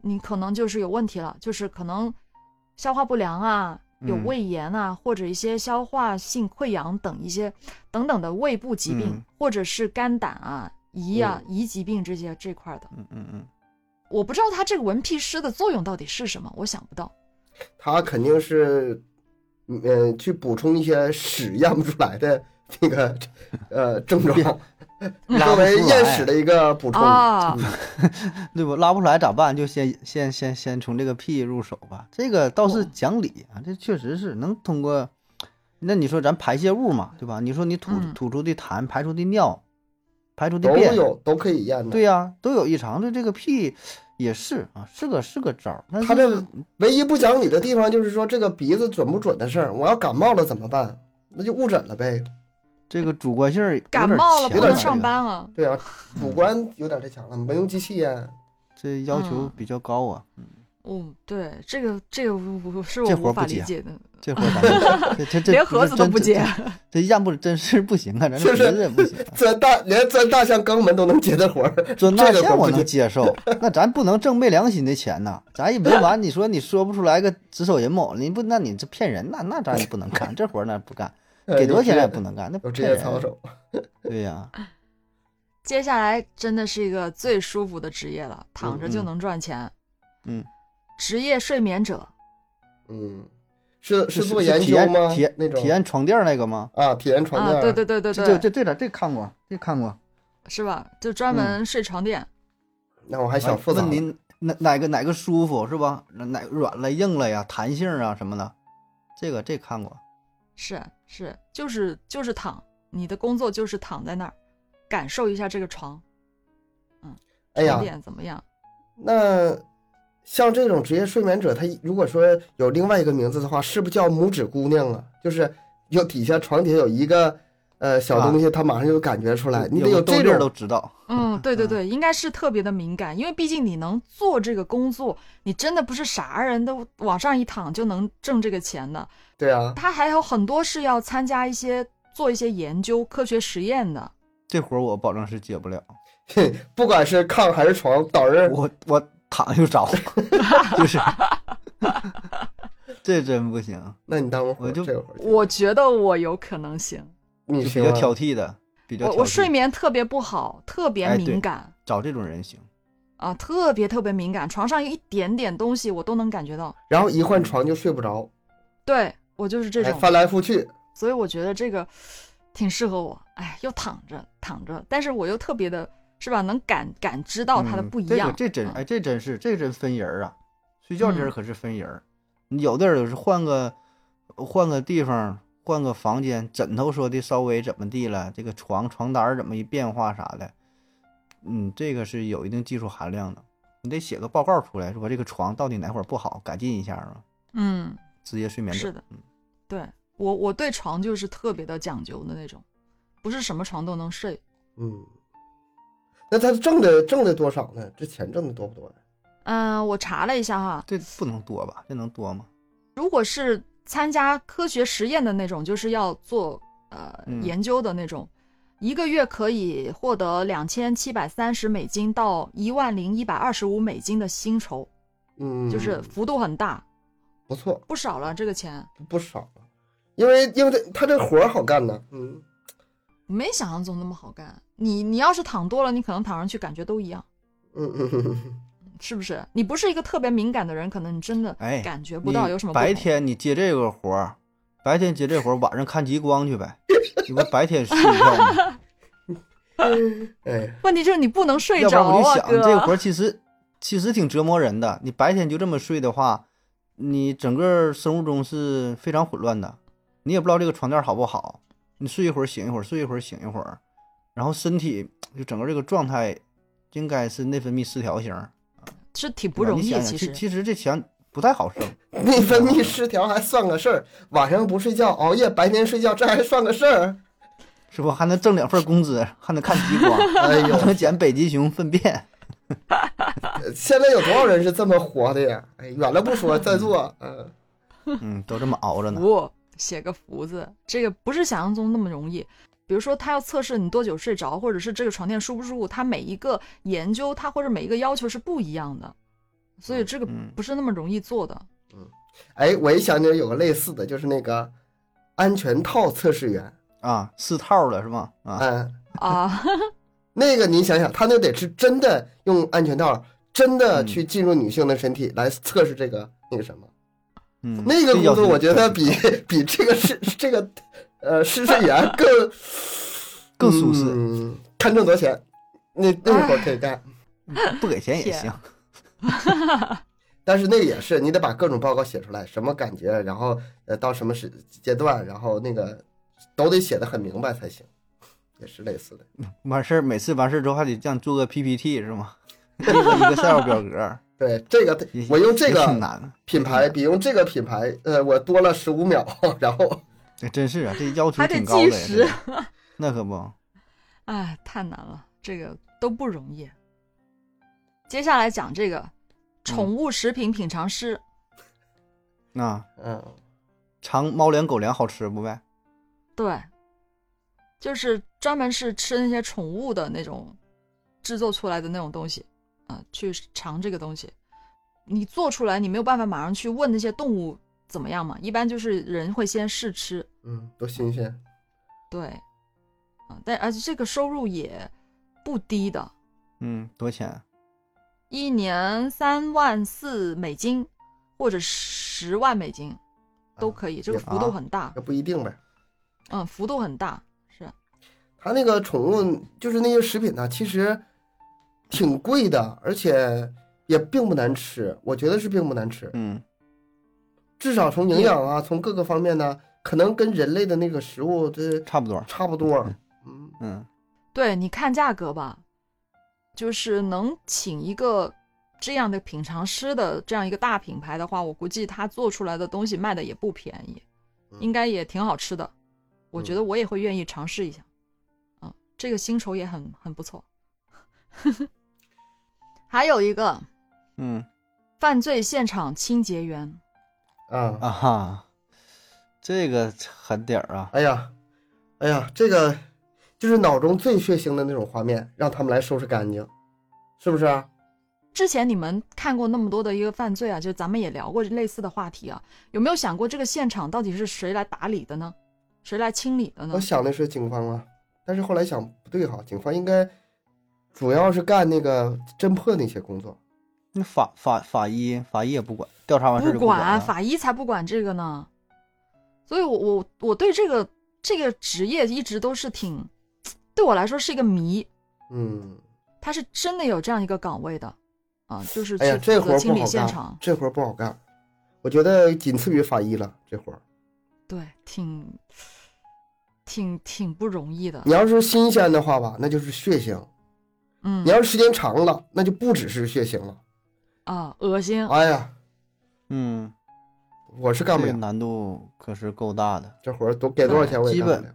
Speaker 1: 你可能就是有问题了，就是可能消化不良啊、有
Speaker 2: 嗯
Speaker 1: 胃炎啊，或者一些消化性溃疡等一些等等的胃部疾病，
Speaker 2: 嗯
Speaker 1: 或者是肝胆啊、胰啊、胰疾病这些这块儿的。
Speaker 2: 嗯嗯嗯，
Speaker 1: 我不知道它这个闻屁师的作用到底是什么，我想不到。
Speaker 3: 他肯定是，嗯、呃去补充一些屎验不出来的那个 [LAUGHS] 呃症状，作为验屎的一个补充。
Speaker 1: 啊
Speaker 2: 对不？拉不出来咋办？就先先先先从这个屁入手吧。这个倒
Speaker 3: 哦
Speaker 2: 是讲理啊，这确实是能通过。那你说咱排泄物嘛，对吧？你说你吐
Speaker 1: 嗯
Speaker 2: 吐出的痰、排出的尿、排出的
Speaker 3: 都
Speaker 2: 便，
Speaker 3: 有都可以验的。
Speaker 2: 对呀、都有异常。对这个屁也是啊，是个是个招儿。但
Speaker 3: 他
Speaker 2: 是
Speaker 3: 这唯一不讲理的地方就是说这个鼻子准不准的事儿，我要感冒了怎么办？那就误诊了呗。
Speaker 2: 这个主观性儿有点
Speaker 1: 感冒了
Speaker 2: 强
Speaker 1: 不
Speaker 3: 点
Speaker 1: 能
Speaker 2: 啊
Speaker 1: 上，班啊，
Speaker 3: 对啊，主观有点太强了，没用机器验。
Speaker 2: 这个这要求
Speaker 1: 嗯
Speaker 2: 比较高啊。
Speaker 1: 嗯，对，这个这个我我是
Speaker 2: 这
Speaker 1: 我
Speaker 2: 活
Speaker 1: 无法
Speaker 2: 儿不啊接
Speaker 1: 理解的，
Speaker 2: 这活儿咱
Speaker 3: [LAUGHS]
Speaker 2: 们这这这
Speaker 1: 连盒子都不接，
Speaker 2: 这这这验不真是不行啊，咱
Speaker 3: 是
Speaker 2: 这
Speaker 3: 不是
Speaker 2: 真也不行啊。
Speaker 3: 钻大连钻大象肛门都能接的活儿，
Speaker 2: 钻大
Speaker 3: 这个
Speaker 2: 象
Speaker 3: 活
Speaker 2: 我
Speaker 3: 儿不
Speaker 2: 能
Speaker 3: 接。
Speaker 2: 接
Speaker 3: [LAUGHS]
Speaker 2: 受，那咱不能挣昧良心的钱呐，咱也文玩，你说你说不出来个子丑寅卯，你不那你这骗人，那那咱也不能
Speaker 3: [LAUGHS]
Speaker 2: 干，这活儿那不干，给多少钱也不能干，那
Speaker 3: 哎有职
Speaker 2: 骗
Speaker 3: 业
Speaker 2: 人。
Speaker 3: 操守。
Speaker 2: 对呀，
Speaker 1: 接下来真的是一个最舒服的职业了，躺着就能赚钱。
Speaker 2: 嗯，
Speaker 1: 职业睡眠者，
Speaker 3: 嗯，是
Speaker 2: 是
Speaker 3: 是做
Speaker 2: 是
Speaker 3: 研
Speaker 2: 体
Speaker 3: 究
Speaker 2: 验
Speaker 3: 吗？
Speaker 2: 体验
Speaker 3: 那种
Speaker 2: 体验床垫儿那个吗？
Speaker 3: 啊，体验床垫
Speaker 1: 啊，
Speaker 3: 儿。
Speaker 1: 对对对对
Speaker 2: 这
Speaker 1: 对，
Speaker 2: 这这这咋这看过？这看过。
Speaker 1: 是吧？就专门睡床垫，
Speaker 3: 那我还
Speaker 2: 哎
Speaker 3: 想复杂
Speaker 2: 问
Speaker 3: 了。
Speaker 2: 您哪哪个哪个舒服是吧？哪哪个软了硬了呀，弹性啊什么的，这个这看过。
Speaker 1: 是是，就是就是躺，你的工作就是躺在那儿，感受一下这个床
Speaker 3: 哎呀
Speaker 1: 床，垫怎么样？
Speaker 3: 那像这种职业睡眠者，他如果说有另外一个名字的话，是不是叫拇指姑娘啊？就是有底下床底下有一个呃小
Speaker 2: 啊
Speaker 3: 东西，它马上就感觉出来。你得
Speaker 2: 有个
Speaker 3: 这
Speaker 2: 斗地儿都
Speaker 3: 种
Speaker 2: 知道，
Speaker 1: 嗯，对对对，应该是特别的敏感，因为毕竟你能做这个工作，你真的不是啥人都往上一躺就能挣这个钱的。
Speaker 3: 对啊，
Speaker 1: 他还有很多是要参加一些做一些研究、科学实验的。
Speaker 2: 这活儿我保证是解不了，
Speaker 3: 不管是炕还是床，倒人
Speaker 2: 我我躺就着， [LAUGHS] 就是，这真不行，
Speaker 3: 那你当会
Speaker 2: 我
Speaker 3: 儿
Speaker 2: 就
Speaker 3: 这会儿
Speaker 1: 我觉得我有可能行，
Speaker 3: 你
Speaker 2: 就比
Speaker 3: 行啊
Speaker 2: 较
Speaker 3: 吗？
Speaker 2: 挑剔的，比较
Speaker 1: 我
Speaker 2: 挑剔
Speaker 1: 我睡眠特别不好，特别
Speaker 2: 哎对
Speaker 1: 敏感、
Speaker 2: 找这种人行，
Speaker 1: 啊，特别特别敏感，床上有一点点东西我都能感觉到。
Speaker 3: 然后一换床就睡不着，
Speaker 1: 对我就是这
Speaker 3: 哎，
Speaker 1: 种，
Speaker 3: 翻来覆去，
Speaker 1: 所以我觉得这个挺适合我。哎，又躺着躺着，但是我又特别的是吧，能感感知到它的
Speaker 2: 嗯
Speaker 1: 不一
Speaker 2: 这个
Speaker 1: 样。
Speaker 2: 这真
Speaker 1: 嗯
Speaker 2: 哎，这真是这真分人儿啊，睡觉这事儿可是分人儿，你有的人是换个换个地方，换个房间，枕头说的稍微怎么地了，这个床床单儿怎么一变化啥的，嗯，这个是有一定技术含量的，你得写个报告出来，说这个床到底哪会儿不好，改进一下啊，
Speaker 1: 嗯，
Speaker 2: 职业睡眠者
Speaker 1: 是的
Speaker 2: 嗯
Speaker 1: 对我我对床就是特别的讲究的那种，不是什么床都能睡。
Speaker 3: 嗯。那他挣的挣的多少呢？这钱挣的多不多啊呀？
Speaker 1: 嗯、我查了一下哈，
Speaker 2: 这不能多吧？这能多吗？
Speaker 1: 如果是参加科学实验的那种，就是要做呃、
Speaker 2: 嗯
Speaker 1: 研究的那种，一个月可以获得两千七百三十美金到一万零一百二十五美金的薪酬，
Speaker 3: 嗯，
Speaker 1: 就是幅度很大，
Speaker 3: 不错，
Speaker 1: 不少了这个钱，
Speaker 3: 不少了，因为因为他他这活儿好干呢，嗯，
Speaker 1: 没想象中那么好干。你你要是躺多了，你可能躺上去感觉都一样，
Speaker 3: 嗯嗯嗯 [LAUGHS] 嗯，
Speaker 1: 是不是？你不是一个特别敏感的人，可能你真的
Speaker 2: 哎
Speaker 1: 感觉不
Speaker 2: 你
Speaker 1: 到有什么不同。
Speaker 2: 白天你接这个活儿，白天接这活儿，晚上看极光去
Speaker 1: [LAUGHS]
Speaker 2: 呗，你不白天睡一觉吗？
Speaker 3: 哎，
Speaker 1: 问题就是你不能 [LAUGHS] 睡
Speaker 2: 要不然
Speaker 1: 着
Speaker 2: 我就
Speaker 1: 啊，
Speaker 2: 想，
Speaker 1: 哥。
Speaker 2: 这活儿其实其实挺折磨人的。你白天就这么睡的话，你整个生物钟是非常混乱的，你也不知道这个床垫好不好。你睡一会儿醒一会儿，睡一会儿醒一会儿，然后身体就整个这个状态应该是内分泌失调型儿，
Speaker 1: 是挺
Speaker 2: 对
Speaker 1: 不
Speaker 2: 吧
Speaker 1: 容
Speaker 2: 你
Speaker 1: 易
Speaker 2: 想，想
Speaker 1: 其
Speaker 2: 其
Speaker 1: 实。
Speaker 2: 其实这钱不太好挣，
Speaker 3: 内分泌失调还算个事儿，晚上不睡觉，熬夜，白天睡觉，这还算个事儿？
Speaker 2: 是不？还能挣两份工资，还能看极光，
Speaker 3: 哎呦， [LAUGHS]
Speaker 2: 还能捡北极熊粪便。
Speaker 3: 现在有多少人是这么活的呀？哎，远了不说，在座，嗯，
Speaker 2: 嗯，都这么熬着呢。
Speaker 1: 福，写个福字，这个不是想象中那么容易。比如说，他要测试你多久睡着，或者是这个床垫舒不舒服，他每一个研究，他或者每一个要求是不一样的，所以这个
Speaker 2: 嗯
Speaker 1: 不是那么容易做
Speaker 2: [LAUGHS]
Speaker 1: 的。
Speaker 3: 哎，我一想起来有个类似的，就是那个安全套测试员，
Speaker 2: 啊，试套了是吧？啊，
Speaker 3: 嗯，
Speaker 1: 啊，
Speaker 3: 那个你想想，他那得是真的用安全套，真的
Speaker 1: 嗯
Speaker 3: 去进入女性的身体来测试这个那个什么，
Speaker 2: 嗯，
Speaker 3: 那个
Speaker 2: 这
Speaker 3: 工
Speaker 2: 要
Speaker 3: 作
Speaker 2: 是
Speaker 3: 我觉得比 [LAUGHS] 比这个是这个呃试睡员更
Speaker 2: [LAUGHS] 更舒适
Speaker 3: 嗯，看挣多少钱，那那会儿可以干，
Speaker 2: 嗯不给钱也
Speaker 1: 天啊
Speaker 2: 行。
Speaker 3: 但是那个也是你得把各种报告写出来，什么感觉，然后呃到什么时阶段，然后那个都得写的很明白才行，也是类似的。
Speaker 2: 完事儿，每次完事儿之后还得这样做个 PPT 是吗？一个一个
Speaker 3: [LAUGHS]
Speaker 2: Excel 表格，
Speaker 3: 对这个
Speaker 2: 也，
Speaker 3: 我用这
Speaker 2: 也挺
Speaker 3: 个
Speaker 2: 难的，
Speaker 3: 品牌比用这个品牌，呃，我多了十五秒， [LAUGHS] 然后
Speaker 2: 这真是啊，这要求
Speaker 1: 还得
Speaker 2: 挺高的
Speaker 1: 计
Speaker 2: 呀。
Speaker 1: 时
Speaker 2: 这个那可不，
Speaker 1: 哎，太难了，这个都不容易。接下来讲这
Speaker 2: 嗯
Speaker 1: 个宠物食品品尝师，
Speaker 2: 那
Speaker 3: 嗯，
Speaker 2: 尝猫粮狗粮好吃不呗？
Speaker 1: 对，就是专门是吃那些宠物的那种制作出来的那种东西，啊、去尝这个东西。你做出来，你没有办法马上去问那些动物怎么样嘛，一般就是人会先试吃，
Speaker 3: 嗯，多新鲜！
Speaker 1: 对，啊、但而且这个收入也不低的，
Speaker 2: 嗯，多少钱？
Speaker 1: 一年三万四美金或者十万美金都可以，这个
Speaker 3: 也
Speaker 1: 幅度
Speaker 2: 啊
Speaker 1: 很大，
Speaker 3: 也不一定呗。
Speaker 1: 嗯，幅度很大，是，
Speaker 3: 他那个宠物就是那些食品呢、其实挺贵的，而且也并不难吃，我觉得是并不难吃，
Speaker 2: 嗯，
Speaker 3: 至少从营养啊，从各个方面呢，可能跟人类的那个食物这
Speaker 2: 差不多。
Speaker 3: 差不多。嗯，
Speaker 2: 嗯，
Speaker 1: 对，你看价格吧，就是能请一个这样的品尝师的这样一个大品牌的话，我估计他做出来的东西卖的也不便宜，应该也挺好吃的。我觉得我也会愿意尝试一下。啊，这个薪酬也很很不错。 [LAUGHS] 还有一个
Speaker 2: 嗯
Speaker 1: 犯罪现场清洁员，
Speaker 3: 啊，
Speaker 2: 啊哈，这个狠点儿啊，
Speaker 3: 哎呀，哎呀，这个就是脑中最血腥的那种画面，让他们来收拾干净，是不是啊？
Speaker 1: 之前你们看过那么多的一个犯罪啊，就咱们也聊过类似的话题啊，有没有想过这个现场到底是谁来打理的呢？谁来清理的呢
Speaker 3: 我？想的是警方啊，但是后来想不对哈，警方应该主要是干那个侦破那些工作。
Speaker 2: 那法法法医法医也不管，调查完事儿就
Speaker 1: 管，啊
Speaker 2: 管
Speaker 3: 啊
Speaker 2: 了。
Speaker 1: 法医才不管这个呢。所以我，我我对这个这个职业一直都是挺，对我来说是一个谜，
Speaker 3: 嗯，
Speaker 1: 它是真的有这样一个岗位的，啊，就是
Speaker 3: 哎呀
Speaker 1: 去，
Speaker 3: 这
Speaker 1: 负
Speaker 3: 活
Speaker 1: 责
Speaker 3: 儿
Speaker 1: 清
Speaker 3: 不
Speaker 1: 理
Speaker 3: 好
Speaker 1: 现
Speaker 3: 干
Speaker 1: 场，，
Speaker 3: 这活儿不好干，我觉得仅次于法医了。这活儿，
Speaker 1: 对，挺挺挺不容易的
Speaker 3: 你。要是新鲜的话吧，那就是血腥；
Speaker 1: 嗯
Speaker 3: 你要是时间长了，那就不只是血腥了。
Speaker 1: 啊，恶心。
Speaker 3: 哎呀，
Speaker 2: 嗯，
Speaker 3: 我是
Speaker 2: 这
Speaker 3: 干不
Speaker 2: 个
Speaker 3: 了
Speaker 2: 难度可是够大的，
Speaker 3: 这活儿，多给多少钱我也
Speaker 2: 基
Speaker 3: 干不
Speaker 2: 本
Speaker 3: 了。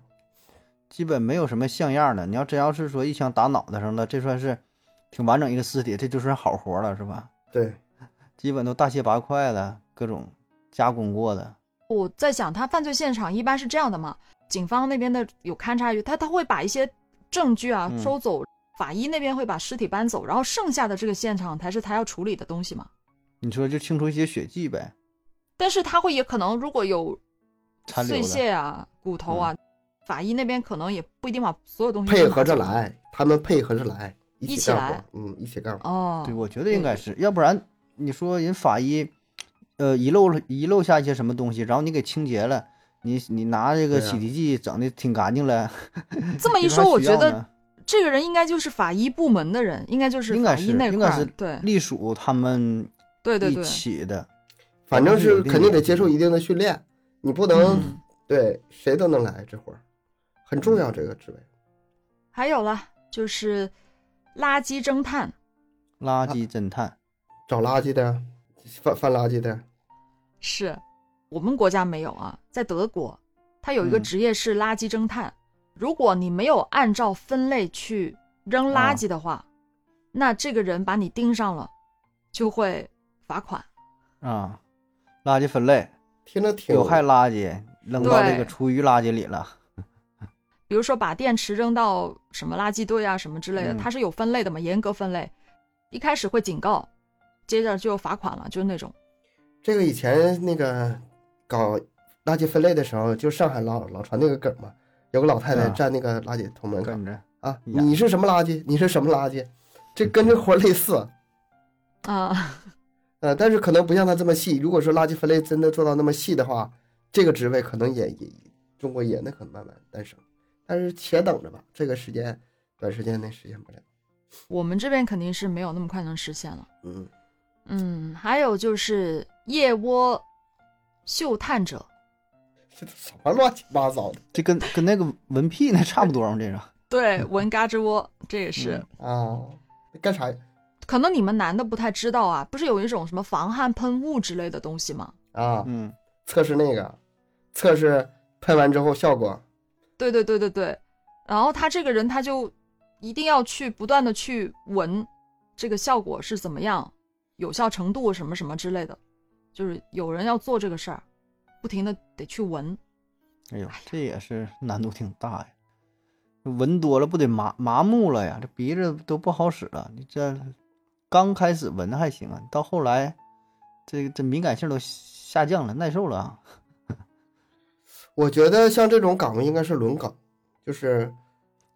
Speaker 2: 基本没有什么像样的。你要真要是说一枪打脑袋上了，这算是挺完整一个尸体，这就算好活了，是吧？
Speaker 3: 对，
Speaker 2: 基本都大卸八块了，各种加工过的。
Speaker 1: 我在想，他犯罪现场一般是这样的嘛，警方那边的有勘查员，他他会把一些证据啊
Speaker 2: 嗯
Speaker 1: 收走，法医那边会把尸体搬走，然后剩下的这个现场才是他要处理的东西嘛。
Speaker 2: 你说就清除一些血迹呗，
Speaker 1: 但是他会也可能如果有
Speaker 2: 残留
Speaker 1: 碎
Speaker 2: 的。嗯
Speaker 1: 屑啊、骨头啊，法医那边可能也不一定把所有东西
Speaker 3: 配合着
Speaker 1: 都拿走
Speaker 3: 来，他们配合着来，
Speaker 1: 一
Speaker 3: 一
Speaker 1: 起
Speaker 3: 起干
Speaker 1: 来
Speaker 3: 活，嗯，一起干活。
Speaker 1: 哦
Speaker 2: 对，。我觉得应该是，要不然你说人法医，呃，遗漏了遗漏下一些什么东西，然后你给清洁了，你你拿这个
Speaker 3: 对啊
Speaker 2: 洗涤剂整的挺干净了。
Speaker 1: 这么一
Speaker 2: 你
Speaker 1: 说，
Speaker 2: 还
Speaker 1: 我
Speaker 2: 需
Speaker 1: 觉
Speaker 2: 要
Speaker 1: 得
Speaker 2: 呢
Speaker 1: 这个人应该就是法医部门的人，应该就是
Speaker 2: 应
Speaker 1: 法
Speaker 2: 该
Speaker 1: 医
Speaker 2: 是
Speaker 1: 那
Speaker 2: 应
Speaker 1: 块
Speaker 2: 该
Speaker 1: 儿
Speaker 2: 是
Speaker 1: 对
Speaker 2: 隶属他们
Speaker 1: 对对
Speaker 2: 一
Speaker 1: 对，
Speaker 2: 起的，
Speaker 3: 反正是肯定得
Speaker 2: 嗯
Speaker 3: 接受一定的训练，你不能
Speaker 1: 嗯，
Speaker 3: 对谁都能来这活儿，很重要这个职位。
Speaker 1: 还有了就是垃圾侦探。
Speaker 2: 垃圾侦探。
Speaker 3: 找垃圾的，翻翻垃圾的，
Speaker 1: 是我们国家没有啊，在德国，它有一个
Speaker 2: 嗯
Speaker 1: 职业是垃圾侦探。如果你没有按照分类去扔
Speaker 2: 哦
Speaker 1: 垃圾的话，那这个人把你盯上了，就会罚款。
Speaker 2: 啊，垃圾分类，
Speaker 3: 听着挺
Speaker 2: 有害垃圾扔到这
Speaker 1: 对
Speaker 2: 个厨余垃圾里了。
Speaker 1: 比如说把电池扔到什么垃圾堆啊什么之类的，
Speaker 2: 嗯
Speaker 1: 它是有分类的嘛，严格分类。一开始会警告，接着就罚款了，就是那种。
Speaker 3: 这个以前那个搞垃圾分类的时候，就上海老老传那个梗嘛，有个老太太
Speaker 2: 啊
Speaker 3: 站那个垃圾桶门口
Speaker 2: 跟着，
Speaker 3: 啊，
Speaker 2: 呀
Speaker 3: 你是什么垃圾？你是什么垃圾？这跟这活儿类似，
Speaker 1: 啊、
Speaker 3: 呃，但是可能不像他这么细。如果说垃圾分类真的做到那么细的话，这个职位可能也也中国也那可能慢慢诞生。但是且等着吧，这个时间短时间内实现不了。
Speaker 1: [LAUGHS] 我们这边肯定是没有那么快能实现了。
Speaker 3: 嗯，
Speaker 1: 嗯，还有就是夜窝嗅探者，
Speaker 3: 这都什么乱七八糟的
Speaker 2: 这跟跟那个文屁那差不多嘛，这个
Speaker 1: 对，闻嘎吱窝，这也是、
Speaker 2: 嗯
Speaker 3: 啊？干啥呀？
Speaker 1: 可能你们男的不太知道啊，不是有一种什么防汗喷雾之类的东西吗？
Speaker 3: 啊？
Speaker 2: 嗯，
Speaker 3: 测试那个，测试喷完之后效果。
Speaker 1: 对对对对对，然后他这个人他就一定要去不断的去闻这个效果是怎么样，有效程度什么什么之类的，就是有人要做这个事儿，不停的得去闻。
Speaker 2: 哎呦
Speaker 1: 哎呀，
Speaker 2: 这也是难度挺大呀。闻多了不得麻麻木了呀，这鼻子都不好使了。你这刚开始闻还行啊，到后来这这敏感性都下降了，耐受了啊。
Speaker 3: 我觉得像这种岗位应该是轮岗，就是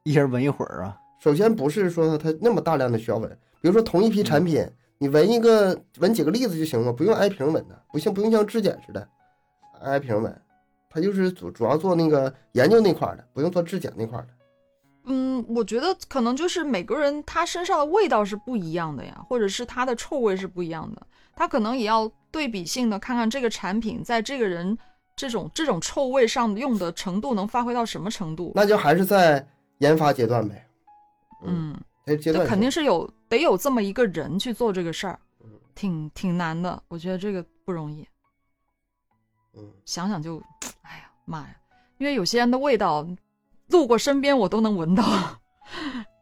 Speaker 2: 一人闻一会儿啊，
Speaker 3: 首先不是说它那么大量的需要闻，比如说同一批
Speaker 1: 嗯
Speaker 3: 产品，你闻一个闻几个例子就行了，不用挨瓶闻的，不像不用像质检似的挨瓶闻，它就是主主要做那个研究那块儿的，不用做质检那块儿的。
Speaker 1: 嗯，我觉得可能就是每个人他身上的味道是不一样的呀，或者是他的臭味是不一样的，他可能也要对比性的看看这个产品在这个人这种这种臭味上用的程度能发挥到什么程度。
Speaker 3: 那就还是在研发阶段呗。
Speaker 1: 嗯，
Speaker 3: 这阶
Speaker 1: 这
Speaker 3: 段
Speaker 1: 肯定
Speaker 3: 性嗯
Speaker 1: 是有得有这么一个人去做这个事儿，挺挺难的，我觉得这个不容易，
Speaker 3: 嗯，
Speaker 1: 想想就，哎呀妈呀！因为有些人的味道，路过身边我都能闻到，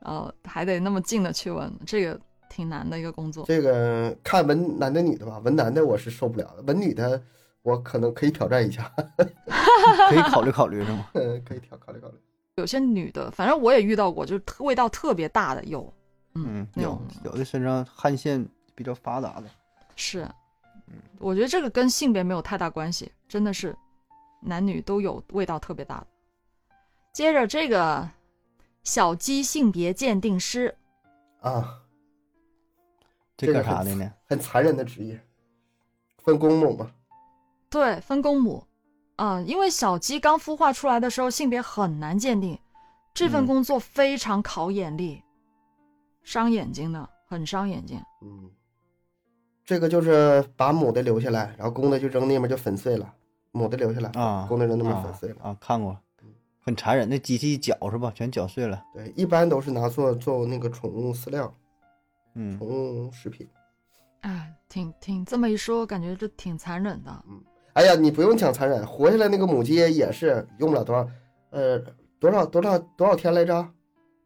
Speaker 1: 呃，还得那么近的去闻，这个挺难的一个工作。
Speaker 3: 这个看闻男的女的吧，闻男的我是受不了的，闻女的我可能可以挑战一下， [LAUGHS]
Speaker 2: 可以考虑考虑是吗？
Speaker 3: 嗯，可以挑考虑考虑。
Speaker 1: 有些女的，反正我也遇到过，就是特味道特别大的有，
Speaker 2: 嗯，
Speaker 1: 那
Speaker 2: 有
Speaker 1: 种
Speaker 2: 有的身上汗腺比较发达的，
Speaker 1: 是，我觉得这个跟性别没有太大关系，真的是男女都有味道特别大的。接着这个小鸡性别鉴定师，
Speaker 3: 啊，
Speaker 2: 这
Speaker 3: 这
Speaker 2: 干
Speaker 3: 个
Speaker 2: 啥
Speaker 3: 很
Speaker 2: 的呢？
Speaker 3: 很残忍的职业，分公母嘛。
Speaker 1: 对，分公母，啊、因为小鸡刚孵化出来的时候性别很难鉴定，这份
Speaker 2: 嗯
Speaker 1: 工作非常考眼力，伤眼睛的，很伤眼睛。
Speaker 3: 嗯，这个就是把母的留下来，然后公的就扔那边就粉碎了，母的留下来，
Speaker 2: 啊，
Speaker 3: 公的扔那边粉
Speaker 2: 啊
Speaker 3: 碎了。
Speaker 2: 啊，看过，很残忍，那机器一绞是吧？全绞碎了，
Speaker 3: 对，一般都是拿做做那个宠物饲料、
Speaker 2: 嗯
Speaker 3: 宠，物食品。
Speaker 1: 哎，挺挺这么一说，感觉这挺残忍的。
Speaker 2: 嗯
Speaker 3: 哎呀，你不用讲残忍，活下来那个母鸡也是用不了多少，呃，多少多少多少天来着？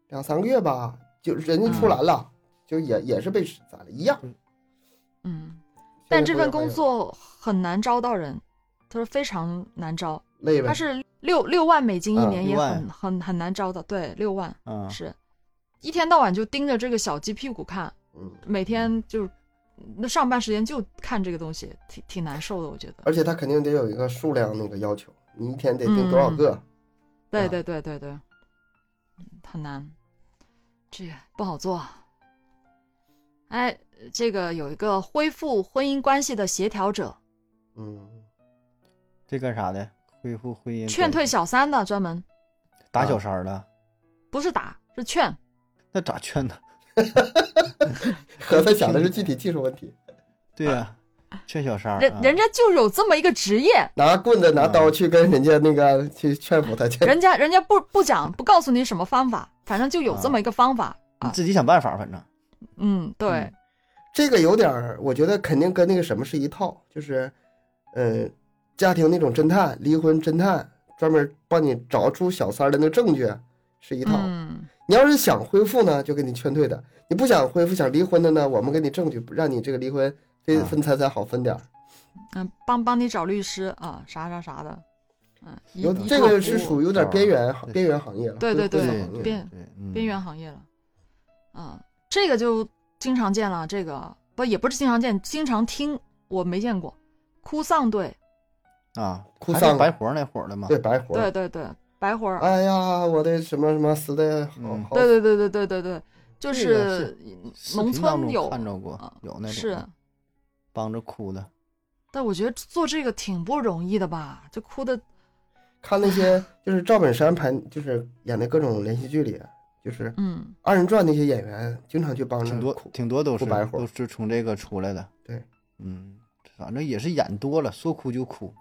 Speaker 3: 两三个月吧，就人家出栏了，就也也是被宰了一样。
Speaker 1: 嗯，但这份工
Speaker 3: 现在国
Speaker 1: 作很难招到人，他说非常难招，
Speaker 3: 家还有累呗
Speaker 1: 他，是六六万美金一
Speaker 3: 嗯
Speaker 1: 年也
Speaker 2: 六万
Speaker 1: 很、很很难招的，对，六万、
Speaker 2: 啊，
Speaker 1: 是，一天到晚就盯着这个小鸡屁股看，
Speaker 3: 嗯，
Speaker 1: 每天就那上班时间就看这个东西，挺挺难受的，我觉得。
Speaker 3: 而且它肯定得有一个数量那个要求，你一天得
Speaker 1: 嗯
Speaker 3: 定多少个？
Speaker 1: 对
Speaker 3: 啊
Speaker 1: 对对对对，嗯很难，这个不好做。哎，这个有一个恢复婚姻关系的协调者，
Speaker 3: 嗯，
Speaker 2: 这干啥的？恢复婚姻，
Speaker 1: 劝退小三的专门
Speaker 2: 打
Speaker 3: 啊
Speaker 2: 小三儿了，
Speaker 1: 不是打是劝，
Speaker 2: 那咋劝呢？
Speaker 3: [LAUGHS] 可他想的是具体技术问题，
Speaker 2: 对呀，劝小三儿，
Speaker 1: 人
Speaker 2: 啊
Speaker 1: 人家就是有这么一个职
Speaker 3: [LAUGHS]
Speaker 1: 业，
Speaker 3: 拿棍子拿刀去跟人家那个去劝服他去。
Speaker 1: 人家人家不不讲不告诉你什么方法，反正就有
Speaker 3: 啊
Speaker 1: 这么一个方法。
Speaker 2: 你自己想办法，反正
Speaker 1: 嗯，对，
Speaker 2: 嗯
Speaker 3: 这个有点儿，我觉得肯定跟那个什么是一套，就是，嗯，家庭那种侦探、离婚侦探，专门帮你找出小三儿的那个证据是一套。
Speaker 1: 嗯
Speaker 3: 你要是想恢复呢，就给你劝退的；你不想恢复，想离婚的呢，我们给你证据，让你这个离婚分
Speaker 2: 啊
Speaker 3: 分财产好分点儿。
Speaker 1: 嗯，帮帮你找律师啊，啥啥啥的，嗯，一
Speaker 3: 有
Speaker 1: 一
Speaker 3: 这
Speaker 1: 套
Speaker 3: 个
Speaker 1: 服
Speaker 3: 是
Speaker 1: 务
Speaker 3: 属于有点边缘行
Speaker 2: 对
Speaker 3: 边缘行业了，
Speaker 1: 对对
Speaker 3: 灰色
Speaker 1: 对
Speaker 3: 行业
Speaker 1: 边
Speaker 2: 对，嗯
Speaker 1: 边缘行业了，啊，这个就经常见了，这个不也不是经常见，经常听，我没见过，哭丧队，
Speaker 2: 啊，
Speaker 3: 哭
Speaker 2: 还
Speaker 3: 丧
Speaker 2: 是白活儿那伙儿的嘛，
Speaker 3: 对白活儿。
Speaker 1: 对对对，白活儿，
Speaker 3: 哎呀，我的什么什么死的好
Speaker 2: 嗯
Speaker 3: 好
Speaker 1: 对对对对对对对，就
Speaker 2: 这个
Speaker 1: 是
Speaker 2: 视
Speaker 1: 农
Speaker 2: 频当
Speaker 1: 村
Speaker 2: 中
Speaker 1: 有
Speaker 2: 看着过
Speaker 1: 啊，
Speaker 2: 有那种
Speaker 1: 是，
Speaker 2: 的帮着哭的，
Speaker 1: 但我觉得做这个挺不容易的吧，就哭的，
Speaker 3: 看那些就是赵本山拍，就是演的各种连续剧里，就是
Speaker 1: 嗯，
Speaker 3: 二人转那些演员，经常去帮着
Speaker 2: 挺多
Speaker 3: 哭。
Speaker 2: 挺多都是
Speaker 3: 哭白活儿
Speaker 2: 都是从这个出来的。
Speaker 3: 对，
Speaker 2: 嗯，反正也是演多了，说哭就哭，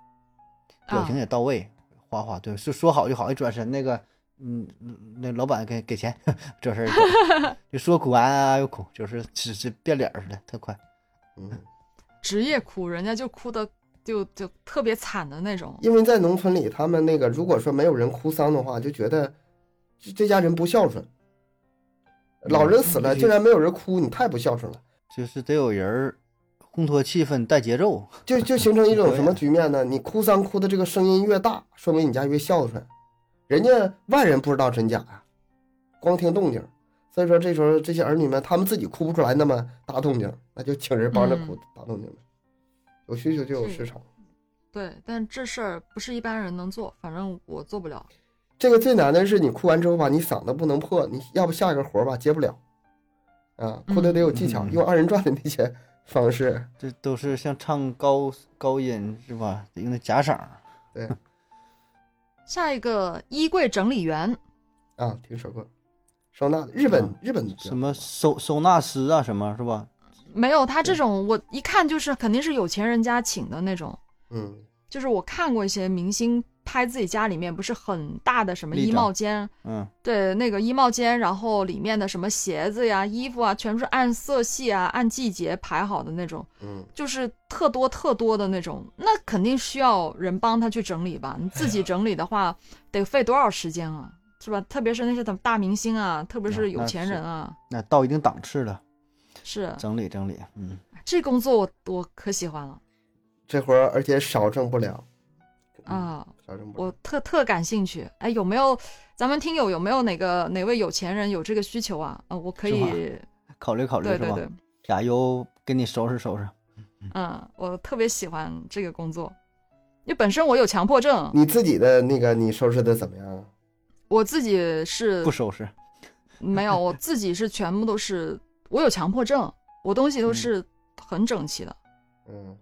Speaker 2: 表情
Speaker 1: 啊、
Speaker 2: 也到位，哗哗对，是说好就好，一转身那个，嗯，嗯那老板给给钱， [LAUGHS] 这事儿就搞就说哭啊啊又哭，就是只是变脸儿似的，特快。
Speaker 3: 嗯，
Speaker 1: 职业哭，人家就哭的就就特别惨的那种，
Speaker 3: 因为在农村里，他们那个如果说没有人哭丧的话，就觉得这这家人不孝顺。老人死了，
Speaker 2: 嗯
Speaker 3: 竟然没有人哭，你太不孝顺了，
Speaker 2: 就是得有人儿烘托气氛、带节奏。
Speaker 3: 就就形成一种
Speaker 2: 对
Speaker 3: 什么局面呢？你哭丧哭的这个声音越大，说明你家越孝顺，人家外人不知道真假呀、光听动静儿。所以说这时候这些儿女们，他们自己哭不出来那么大动静儿，那就请人帮着哭
Speaker 1: 嗯
Speaker 3: 大动静呗。有需求就有市场。
Speaker 1: 对，但这事儿不是一般人能做，反正我做不了，
Speaker 3: 这个最难的是你哭完之后吧，你嗓子不能破，你要不下一个活儿吧接不了，啊，哭的得有技巧，
Speaker 2: 嗯
Speaker 3: 用二人转的那些方式，
Speaker 2: 这都是像唱高高音是吧？得用那假嗓儿，
Speaker 3: 对
Speaker 1: 下一个衣柜整理员，
Speaker 3: 啊，听说过，收纳日本、
Speaker 2: 啊
Speaker 3: 日本比较
Speaker 2: 什么收收纳师啊，什么是吧？
Speaker 1: 没有他这种，我一看就是肯定是有钱人家请的那种，
Speaker 3: 嗯
Speaker 1: 就是我看过一些明星拍自己家里面不是很大的什么
Speaker 2: 立
Speaker 1: 衣
Speaker 2: 着
Speaker 1: 帽间，
Speaker 2: 嗯，
Speaker 1: 对，那个衣帽间，然后里面的什么鞋子呀、衣服啊，全是按色系啊、按季节排好的那种，
Speaker 3: 嗯，
Speaker 1: 就是特多特多的那种，那肯定需要人帮他去整理吧。你自己整理的话，得费多少时间啊，是吧？特别是那些大明星啊，特别
Speaker 2: 啊
Speaker 1: 是有
Speaker 2: 那
Speaker 1: 钱
Speaker 2: 是
Speaker 1: 人啊，
Speaker 2: 那到一定档次了，
Speaker 1: 是
Speaker 2: 整理整理，嗯，
Speaker 1: 这工作我我可喜欢了
Speaker 3: 这活儿而且少挣不了，
Speaker 1: 嗯
Speaker 3: 嗯
Speaker 2: 嗯
Speaker 1: 啊，
Speaker 3: 少挣不
Speaker 1: 我
Speaker 3: 了。
Speaker 1: 特特感兴趣。哎，有没有咱们听友有没有哪个哪位有钱人有这个需求啊？啊，我可
Speaker 2: 是
Speaker 1: 以
Speaker 2: 吧，考虑考虑
Speaker 1: 对
Speaker 2: 是嗯
Speaker 1: 对
Speaker 2: 吧
Speaker 1: 对？，
Speaker 2: 甲优给你收拾收拾，
Speaker 1: 嗯，我特别喜欢这个工作，因为本身我有强迫症，
Speaker 3: 你自己的那个你收拾的怎么样啊？
Speaker 1: 我自己是
Speaker 2: 不收拾，
Speaker 1: 没有，我自己是全部都是我有强迫症，我东西都
Speaker 2: 嗯
Speaker 1: 是很整齐的。
Speaker 3: 嗯，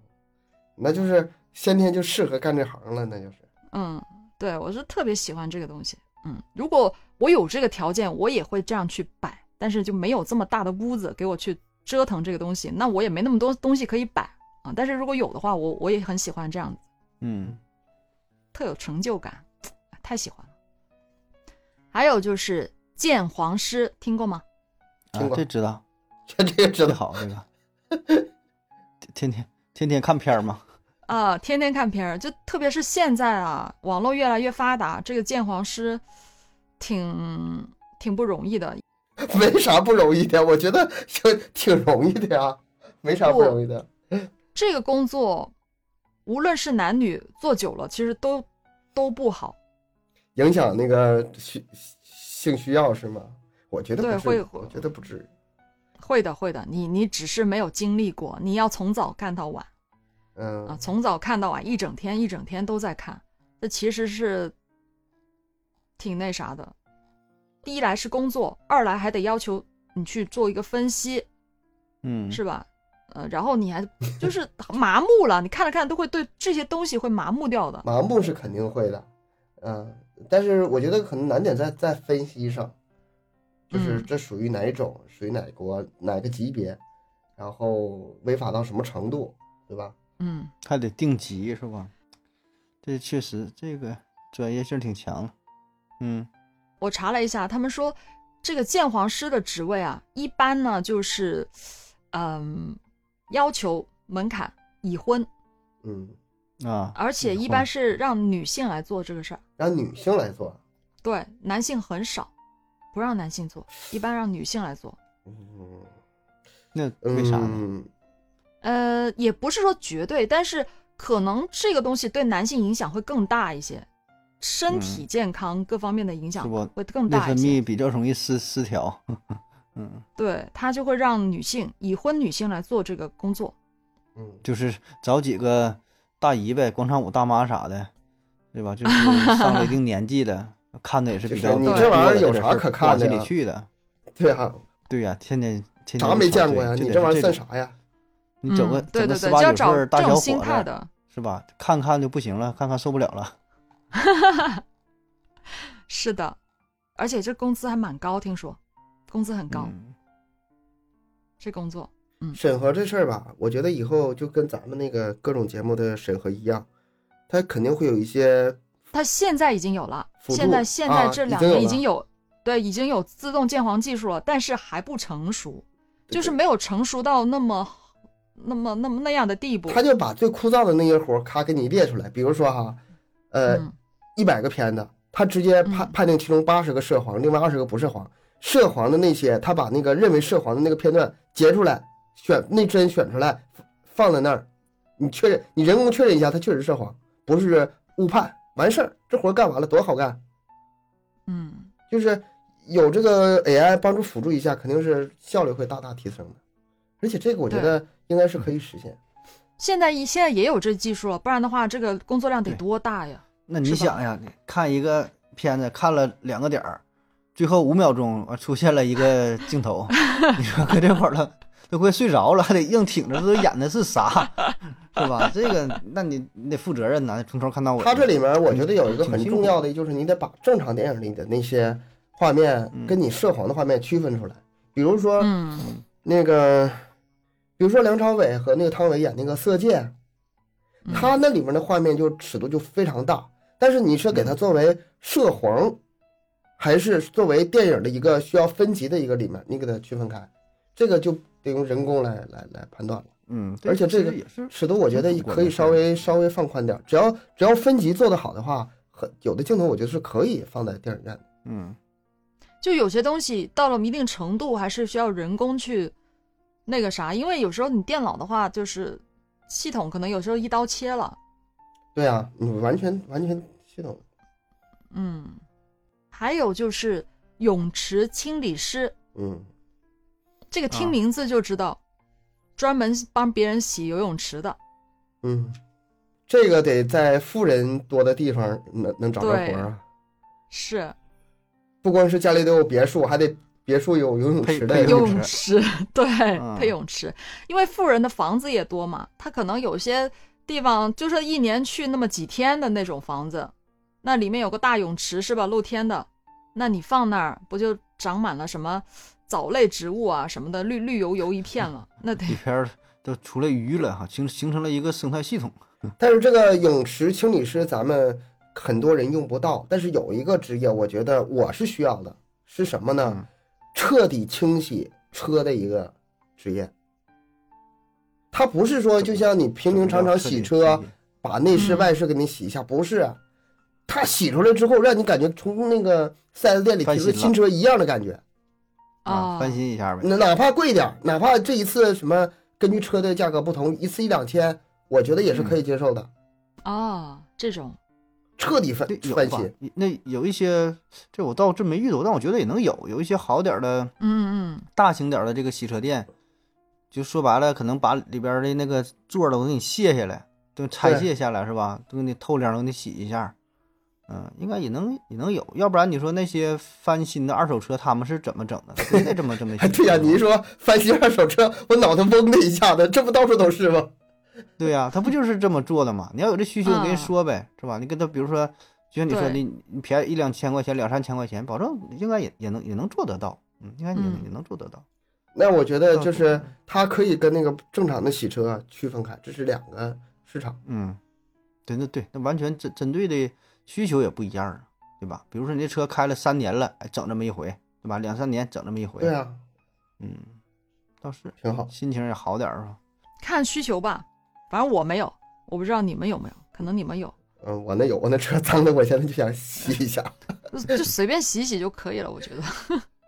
Speaker 3: 那就是先天就适合干这行了，那就是。 [LAUGHS]
Speaker 1: 嗯，对我是特别喜欢这个东西。嗯，如果我有这个条件，我也会这样去摆，但是就没有这么大的屋子给我去折腾这个东西，那我也没那么多东西可以摆啊。但是如果有的话，我我也很喜欢这样子。
Speaker 2: 嗯，
Speaker 1: 特有成就感，太喜欢了。还有就是鉴黄师，听过吗？
Speaker 2: 啊
Speaker 3: 听，过
Speaker 2: 这知道，
Speaker 3: 这这知
Speaker 2: 这
Speaker 3: 道，
Speaker 2: 好这个， [LAUGHS] 天天天天看片儿嘛，
Speaker 1: 啊，天天看片儿，就特别是现在啊，网络越来越发达，这个鉴黄师挺挺不容易的。
Speaker 3: 没啥不容易的，我觉得就挺容易的呀，没啥不容易的。
Speaker 1: 这个工作，无论是男女，做久了其实都都不好，
Speaker 3: 影响那个需性需要是吗？我觉得
Speaker 1: 对
Speaker 3: 不
Speaker 1: 会
Speaker 3: 是，我觉得不至于。
Speaker 1: 会的会的。你你只是没有经历过，你要从早看到晚。啊，
Speaker 3: 嗯，
Speaker 1: 从早看到晚，一整天一整天都在看，这其实是挺那啥的。第一来是工作，二来还得要求你去做一个分析，
Speaker 2: 嗯，
Speaker 1: 是吧？呃，然后你还就是麻木了，你看着看着都会对这些东西会麻木掉的。
Speaker 3: 麻木是肯定会的，嗯，但是我觉得可能难点在在分析上，就是
Speaker 1: 嗯
Speaker 3: 这属于哪一种，属于哪国哪个级别，然后违法到什么程度，对吧？
Speaker 1: 嗯，
Speaker 2: 还得定级是吧？这确实这个专业性挺强的，嗯，
Speaker 1: 我查了一下，他们说这个鉴黄师的职位啊，一般呢就是，嗯，要求门槛已婚，
Speaker 3: 嗯，
Speaker 2: 啊，
Speaker 1: 而且
Speaker 2: 已
Speaker 1: 一
Speaker 2: 婚
Speaker 1: 般是让女性来做这个事儿。
Speaker 3: 让女性来做，
Speaker 1: 对，男性很少，不让男性做，一般让女性来做。
Speaker 3: 嗯，
Speaker 2: 那为啥呢？
Speaker 3: 嗯
Speaker 1: 呃，也不是说绝对，但是可能这个东西对男性影响会更大一些，身体健康各方面的影响
Speaker 2: 嗯是不
Speaker 1: 会
Speaker 3: 嗯
Speaker 1: 更
Speaker 2: 内
Speaker 1: 大一
Speaker 2: 分
Speaker 1: 些。
Speaker 2: 泌比较容易失失调， [LAUGHS] 嗯，
Speaker 1: 对，他就会让女性已婚女性来做这个工作。
Speaker 3: 嗯，
Speaker 2: 就是找几个大姨呗，广场舞大妈啥的，对吧？
Speaker 1: [LAUGHS]
Speaker 2: 就是上了一定年纪的，看的也是比较
Speaker 3: 就是
Speaker 1: 你
Speaker 2: 多
Speaker 1: 这
Speaker 3: 玩意儿
Speaker 2: 的
Speaker 3: 有
Speaker 2: 或者
Speaker 3: 啥
Speaker 2: 是
Speaker 3: 可
Speaker 2: 不
Speaker 3: 看
Speaker 2: 往
Speaker 3: 的
Speaker 2: 心
Speaker 3: 呀
Speaker 2: 里去的，
Speaker 3: 对啊，
Speaker 2: 对呀，天天天天
Speaker 3: 啥
Speaker 2: 一
Speaker 3: 没
Speaker 2: 吵
Speaker 3: 见过呀？
Speaker 2: 就
Speaker 3: 你
Speaker 2: 得
Speaker 3: 这玩意
Speaker 2: 是
Speaker 3: 儿
Speaker 2: 种？
Speaker 3: 算啥呀？
Speaker 2: 你整个
Speaker 1: 嗯、对
Speaker 2: 整个
Speaker 1: 对
Speaker 2: 十
Speaker 1: 对，
Speaker 2: 八
Speaker 1: 就要
Speaker 2: 九岁
Speaker 1: 找
Speaker 2: 儿大
Speaker 1: 这
Speaker 2: 小
Speaker 1: 种心态
Speaker 2: 伙子
Speaker 1: 的。 [LAUGHS]
Speaker 2: 是吧？看看就不行了，看看受不了了，
Speaker 1: 是的，而且这工资还蛮高，听说工资很高，
Speaker 2: 嗯
Speaker 1: 这工作。
Speaker 3: 审核这事儿吧，我觉得以后就跟咱们那个各种节目的审核一样，它肯定会有一些
Speaker 1: 它现在已经有了，
Speaker 3: 辅助
Speaker 1: 现在现在
Speaker 3: 啊
Speaker 1: 这
Speaker 3: 已
Speaker 1: 两
Speaker 3: 经有
Speaker 1: 年
Speaker 3: 了
Speaker 1: 已经有，对，已经有自动鉴黄技术了，但是还不成熟，就是没有成熟到那么那么那么那样的地步。
Speaker 3: 他就把最枯燥的那些活儿咔给你列出来，比如说哈，呃，
Speaker 1: 嗯，
Speaker 3: 一百、个片子，他直接判、
Speaker 1: 嗯
Speaker 3: 判定其中八十个涉黄，另外二十个不涉黄。涉黄的那些，他把那个认为涉黄的那个片段截出来，选内帧选出来，放在那儿，你确认，你人工确认一下，他确实涉黄，不是误判，完事儿，这活儿干完了多好干。
Speaker 1: 嗯，
Speaker 3: 就是有这个 AI 帮助辅助一下，肯定是效率会大大提升的。而且这个我觉得应该是可以实现。
Speaker 1: 现在一现在也有这技术了，不然的话，这个工作量得多大呀？
Speaker 2: 那
Speaker 1: 是
Speaker 2: 你
Speaker 1: 吧
Speaker 2: 想呀，你看一个片子看了两个点儿，最后五秒钟啊出现了一个镜
Speaker 1: [LAUGHS]
Speaker 2: 头，你说搁这会儿了都快睡着了，还得硬挺着，这都演的是啥，是吧？这个，那你你得负责任呐，从头看到尾。
Speaker 3: 它这里面我觉得有一个
Speaker 2: 挺
Speaker 3: 很
Speaker 2: 辛苦
Speaker 3: 重要的，就是你得把正常电影里的那些画面
Speaker 2: 嗯
Speaker 3: 跟你涉黄的画面区分出来。比如说
Speaker 1: 嗯
Speaker 3: 那个，比如说梁朝伟和那个汤唯演那个《色戒》，
Speaker 1: 嗯
Speaker 3: 他那里面的画面就尺度就非常大，但是你是给它作为涉黄，还是作为电影的一个需要分级的一个里面，你给它区分开，这个就得用人工来来来判断了。
Speaker 2: 嗯，
Speaker 3: 而且这个
Speaker 2: 其实也是
Speaker 3: 尺度我觉得可以稍微稍微放宽点儿，只要只要分级做得好的话，很有的镜头我觉得是可以放在电影院的。
Speaker 2: 嗯，
Speaker 1: 就有些东西到了一定程度，还是需要人工去那个啥，因为有时候你电脑的话，就是系统可能有时候一刀切了。
Speaker 3: 对啊，你完全完全系统
Speaker 1: 嗯，还有就是泳池清理师，
Speaker 3: 嗯，
Speaker 1: 这个听
Speaker 2: 啊
Speaker 1: 名字就知道，专门帮别人洗游泳池的。
Speaker 3: 嗯，这个得在富人多的地方能能找着活儿啊！
Speaker 1: 是
Speaker 3: 不光是家里得有别墅，还得别墅有游泳池的
Speaker 2: 配
Speaker 1: 游
Speaker 2: 游
Speaker 1: 泳
Speaker 2: 泳
Speaker 1: 池，对，
Speaker 2: 嗯
Speaker 1: 配泳池，因为富人的房子也多嘛，他可能有些地方就是一年去那么几天的那种房子，那里面有个大泳池是吧？露天的，那你放那儿不就长满了什么藻类植物啊什么的，绿绿油油一片了，那得
Speaker 2: 里边儿都除了鱼了哈，形形成了一个生态系统。
Speaker 3: 但是这个泳池清理师咱们很多人用不到，但是有一个职业，我觉得我是需要的，是什么呢？
Speaker 2: 嗯
Speaker 3: 彻底清洗车的一个职业。它不是说就像你平平常常洗车，把内饰
Speaker 1: 嗯
Speaker 3: 外饰给你洗一下，不是啊，它洗出来之后，让你感觉从那个 4S 店里
Speaker 2: 翻
Speaker 3: 提
Speaker 2: 新
Speaker 3: 出新
Speaker 2: 了
Speaker 3: 车一样的感觉。
Speaker 2: [LAUGHS] 啊，翻
Speaker 1: 哦
Speaker 2: 新一下呗。
Speaker 3: 那哪怕贵点儿，哪怕这一次什么根据车的价格不同，一次一两千，我觉得也是可以接受的。
Speaker 1: 哦，这种
Speaker 3: 彻底翻
Speaker 2: 嗯对，有
Speaker 3: 翻
Speaker 2: 吧
Speaker 3: 新，？
Speaker 2: 那有一些，这我倒真没遇到，但我觉得也能有，有一些好点儿的。
Speaker 1: 嗯嗯
Speaker 2: 大型点儿的这个洗车店，就说白了，可能把里边儿的那个座儿都给你卸下来，都拆卸下来是吧？都给你透亮，都给你洗一下。嗯，应该也能也能有，要不然你说那些翻新的二手车他们是怎么整
Speaker 3: [LAUGHS]
Speaker 2: 的？非得这么这么洗？
Speaker 3: 对呀、你一说翻新二手车， [LAUGHS] 我脑袋嗡的一下子，这不到处都是 [LAUGHS] 吗？
Speaker 2: 对呀、他不就是这么做的吗？你要有这需求，
Speaker 1: 嗯
Speaker 2: 跟人说呗，是吧？你跟他比如说，就像你说
Speaker 1: 对
Speaker 2: 你你便宜一两千块钱，两三千块钱，保证应该也也能也能做得到，嗯，应该也能、
Speaker 1: 嗯
Speaker 2: 也能做得到。
Speaker 3: 那我觉得
Speaker 2: 到
Speaker 3: 呃就
Speaker 2: 处
Speaker 3: 是它可以跟那个正常的洗车啊区分开，这是两个市场。
Speaker 2: 嗯，对，那对，那完全针针对的需求也不一样啊，对吧？比如说你这车开了三年了，哎，整这么一回，对吧？两三年整这么一回，
Speaker 3: 对，啊，
Speaker 2: 嗯，倒是
Speaker 3: 挺好。
Speaker 2: 心情也好点儿啊。
Speaker 1: 看需求吧，反正我没有，我不知道你们有没有，可能你们有。
Speaker 3: 嗯，我那有，我那车脏的，我现在就想洗一下。
Speaker 1: 就
Speaker 2: [LAUGHS]
Speaker 1: 就随便洗一洗就可以了，我觉得。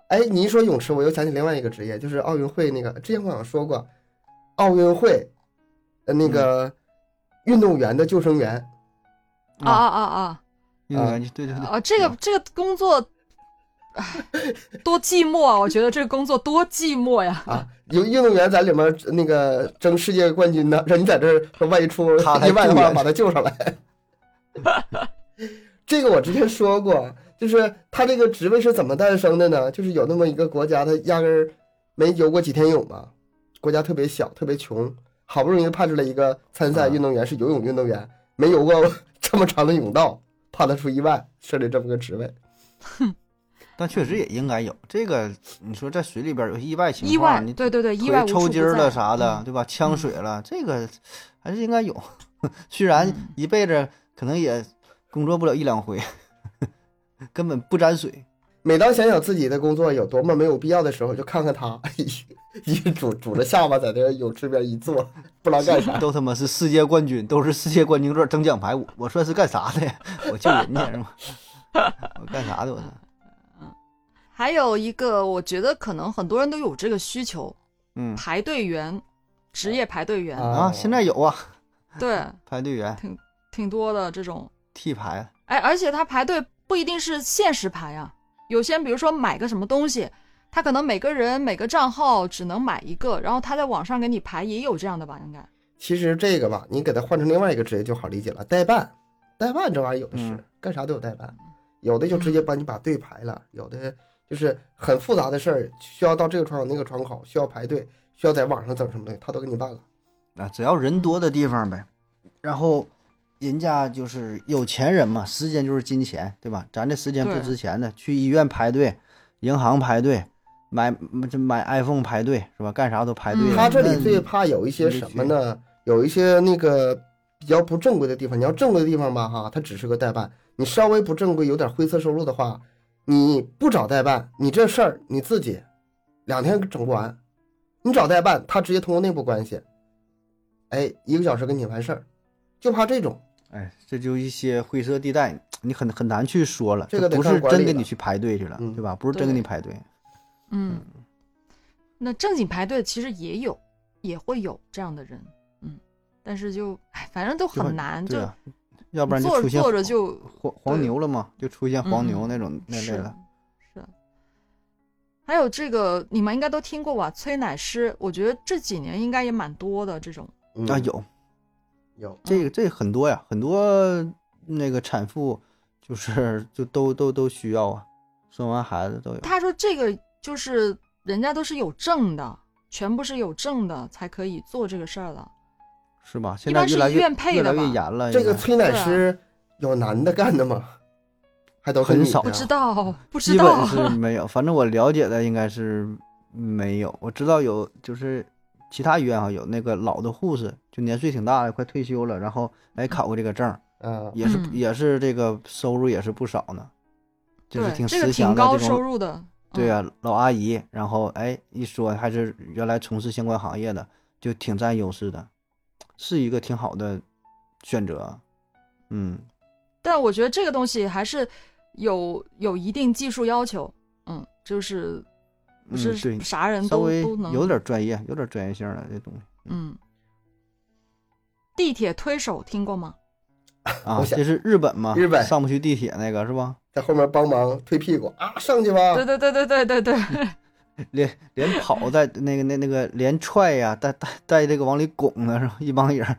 Speaker 3: 哎，你一说泳池，我又想起另外一个职业，就是奥运会那个，之前我好像说过，奥运会，呃，那个运动员的救生员，
Speaker 1: 啊啊啊啊！
Speaker 2: 运动员就，嗯 [LAUGHS] 对对嗯对，
Speaker 1: 啊，这个这个工作，唉，多寂寞啊！我觉得这个工作多寂寞呀。
Speaker 3: 啊，有运动员在里面呃那个争世界冠军呢， [LAUGHS] 说你在这儿说万一出
Speaker 2: 他还
Speaker 3: 意外的
Speaker 2: 救
Speaker 3: 话，
Speaker 2: 援
Speaker 3: 把他救上来。 [LAUGHS] 这个我之前说过，就是他这个职位是怎么诞生的呢？就是有那么一个国家，他压根儿没游过几天泳嘛，国家特别小，特别穷，好不容易派出来一个参赛
Speaker 2: 嗯
Speaker 3: 运动员，是游泳运动员，没游过 [LAUGHS] 这么长的泳道，怕他出意外，设立这么个职位。
Speaker 2: 但确实也应该有这个。你说在水里边儿有些意外情
Speaker 1: 意外
Speaker 2: 况，你，
Speaker 1: 对对对，意
Speaker 2: 腿
Speaker 1: 外无处
Speaker 2: 抽
Speaker 1: 不
Speaker 2: 筋儿了
Speaker 1: 在
Speaker 2: 啥的，
Speaker 1: 嗯
Speaker 2: 对吧？呛水了，这个还是应该有。虽然
Speaker 1: 嗯
Speaker 2: 一辈子可能也工作不了一两回， [LAUGHS] 根本不沾水。
Speaker 3: 每当想想自己的工作有多么没有必要的时候，就看看他一一拄拄着下巴在那泳池边一坐，不知道干
Speaker 2: [LAUGHS]
Speaker 3: 啥。
Speaker 2: 都他妈是世界冠军，都是世界冠军座争奖牌，我我算是干啥的呀？ [LAUGHS] 我救人家是吗？ [LAUGHS] 我干啥的？我算，
Speaker 1: 还有一个，我觉得可能很多人都有这个需求，
Speaker 2: 嗯
Speaker 1: 排队员，职业排队员，
Speaker 2: 啊，现在有啊，
Speaker 1: 对，
Speaker 2: 排队员
Speaker 1: 挺多的这种。
Speaker 2: 替排，
Speaker 1: 哎，而且他排队不一定是限时排呀、有些比如说买个什么东西，他可能每个人每个账号只能买一个，然后他在网上给你排，也有这样的吧？应该。
Speaker 3: 其实这个吧，你给它换成另外一个职业就好理解了，代办。代办这玩意儿有的是，
Speaker 2: 嗯
Speaker 3: 干啥都有代办，有的就直接帮你把队排了，有的就是很复杂的事儿，需要到这个窗口那个窗口，需要排队，需要在网上整什么东西，他都给你办了。
Speaker 2: 啊，只要人多的地方呗。然后人家就是有钱人嘛，时间就是金钱，对吧？咱这时间不
Speaker 1: 对
Speaker 2: 值钱的，去医院排队，银行排队，买这买 iPhone 排队是吧？干啥都排队
Speaker 1: 嗯。
Speaker 3: 他这里
Speaker 2: 那
Speaker 3: 最怕有一些什么呢？有一些那个比较不正规的地方。你要正规的地方吧，哈，它只是个代办；你稍微不正规，有点灰色收入的话，你不找代办，你这事儿你自己两天整不完。你找代办，他直接通过内部关系，哎，一个小时给你完事儿，就怕这种。
Speaker 2: 哎，这就一些灰色地带，你很很难去说了。
Speaker 3: 这个得
Speaker 2: 不
Speaker 3: 看
Speaker 2: 是
Speaker 3: 管理
Speaker 2: 真给
Speaker 3: 了
Speaker 2: 你去排队去了，
Speaker 3: 嗯
Speaker 2: 对吧？不是真给
Speaker 1: 对
Speaker 2: 你排队。
Speaker 1: 嗯，那正经排队其实也有，也会有这样的人，嗯，但是就哎，反正都
Speaker 2: 就
Speaker 1: 很
Speaker 2: 很
Speaker 1: 难，就
Speaker 2: 对啊，要不然就
Speaker 1: 坐
Speaker 2: 出
Speaker 1: 着
Speaker 2: 现
Speaker 1: 坐着就
Speaker 2: 黄黄
Speaker 1: 对
Speaker 2: 牛了嘛，就出现黄牛
Speaker 1: 嗯
Speaker 2: 那种那类
Speaker 1: 是
Speaker 2: 的。
Speaker 1: 是。还有这个，你们应该都听过吧？催奶师，我觉得这几年应该也蛮多的这种。
Speaker 3: 嗯、
Speaker 2: 啊，有
Speaker 3: 有，
Speaker 2: 这个这个很多呀，很多那个产妇就是就都都都需要啊，生完孩子都有。
Speaker 1: 他说这个就是人家都是有证的，全部是有证的才可以做这个事儿的。
Speaker 2: 是吧？现
Speaker 1: 一
Speaker 2: 在
Speaker 1: 般
Speaker 2: 越
Speaker 1: 是
Speaker 2: 来
Speaker 1: 医
Speaker 2: 越
Speaker 1: 院配
Speaker 2: 越
Speaker 1: 的
Speaker 2: 来越
Speaker 1: 吧
Speaker 2: 严了，
Speaker 3: 这
Speaker 2: 应
Speaker 3: 个
Speaker 2: 该
Speaker 3: 催奶
Speaker 1: 对啊
Speaker 3: 师有男的干的吗？还都
Speaker 2: 很少
Speaker 1: 不
Speaker 2: 对啊
Speaker 1: 知道，不知
Speaker 2: 基本
Speaker 1: 道，
Speaker 2: 是没有。反正我了解的应该是没有，我知道有就是其他医院啊有那个老的护士，就年岁挺大的，快退休了，然后哎考过这个证儿，
Speaker 3: 啊，
Speaker 2: 也是、
Speaker 1: 嗯
Speaker 2: 也是这个收入也是不少呢，就是
Speaker 1: 对，
Speaker 2: 挺
Speaker 1: 这个
Speaker 2: 慈
Speaker 1: 挺
Speaker 2: 祥的
Speaker 1: 高
Speaker 2: 这
Speaker 1: 收
Speaker 2: 种。
Speaker 1: 入的。
Speaker 2: 对
Speaker 1: 嗯
Speaker 2: 啊，老阿姨，然后哎一说还是原来从事相关行业的，就挺占优势的，是一个挺好的选择。啊嗯，
Speaker 1: 但我觉得这个东西还是有有一定技术要求，嗯，就是不
Speaker 2: 嗯
Speaker 1: 是
Speaker 2: 对
Speaker 1: 啥人
Speaker 2: 稍
Speaker 1: 都、
Speaker 2: 微
Speaker 1: 都能
Speaker 2: 有点专业，有点专业性了这东西。
Speaker 1: 嗯。地铁推手听过吗？
Speaker 2: 啊，
Speaker 3: 我想
Speaker 2: 这是日本嘛？
Speaker 3: 日本
Speaker 2: 上不去地铁那个是吧？
Speaker 3: 在后面帮忙推屁股啊，上去吧
Speaker 1: 对。对对对对对对，
Speaker 2: 嗯连连跑带那个那那个连踹呀、带带带这个往里拱的是吧？ [LAUGHS] 一帮人儿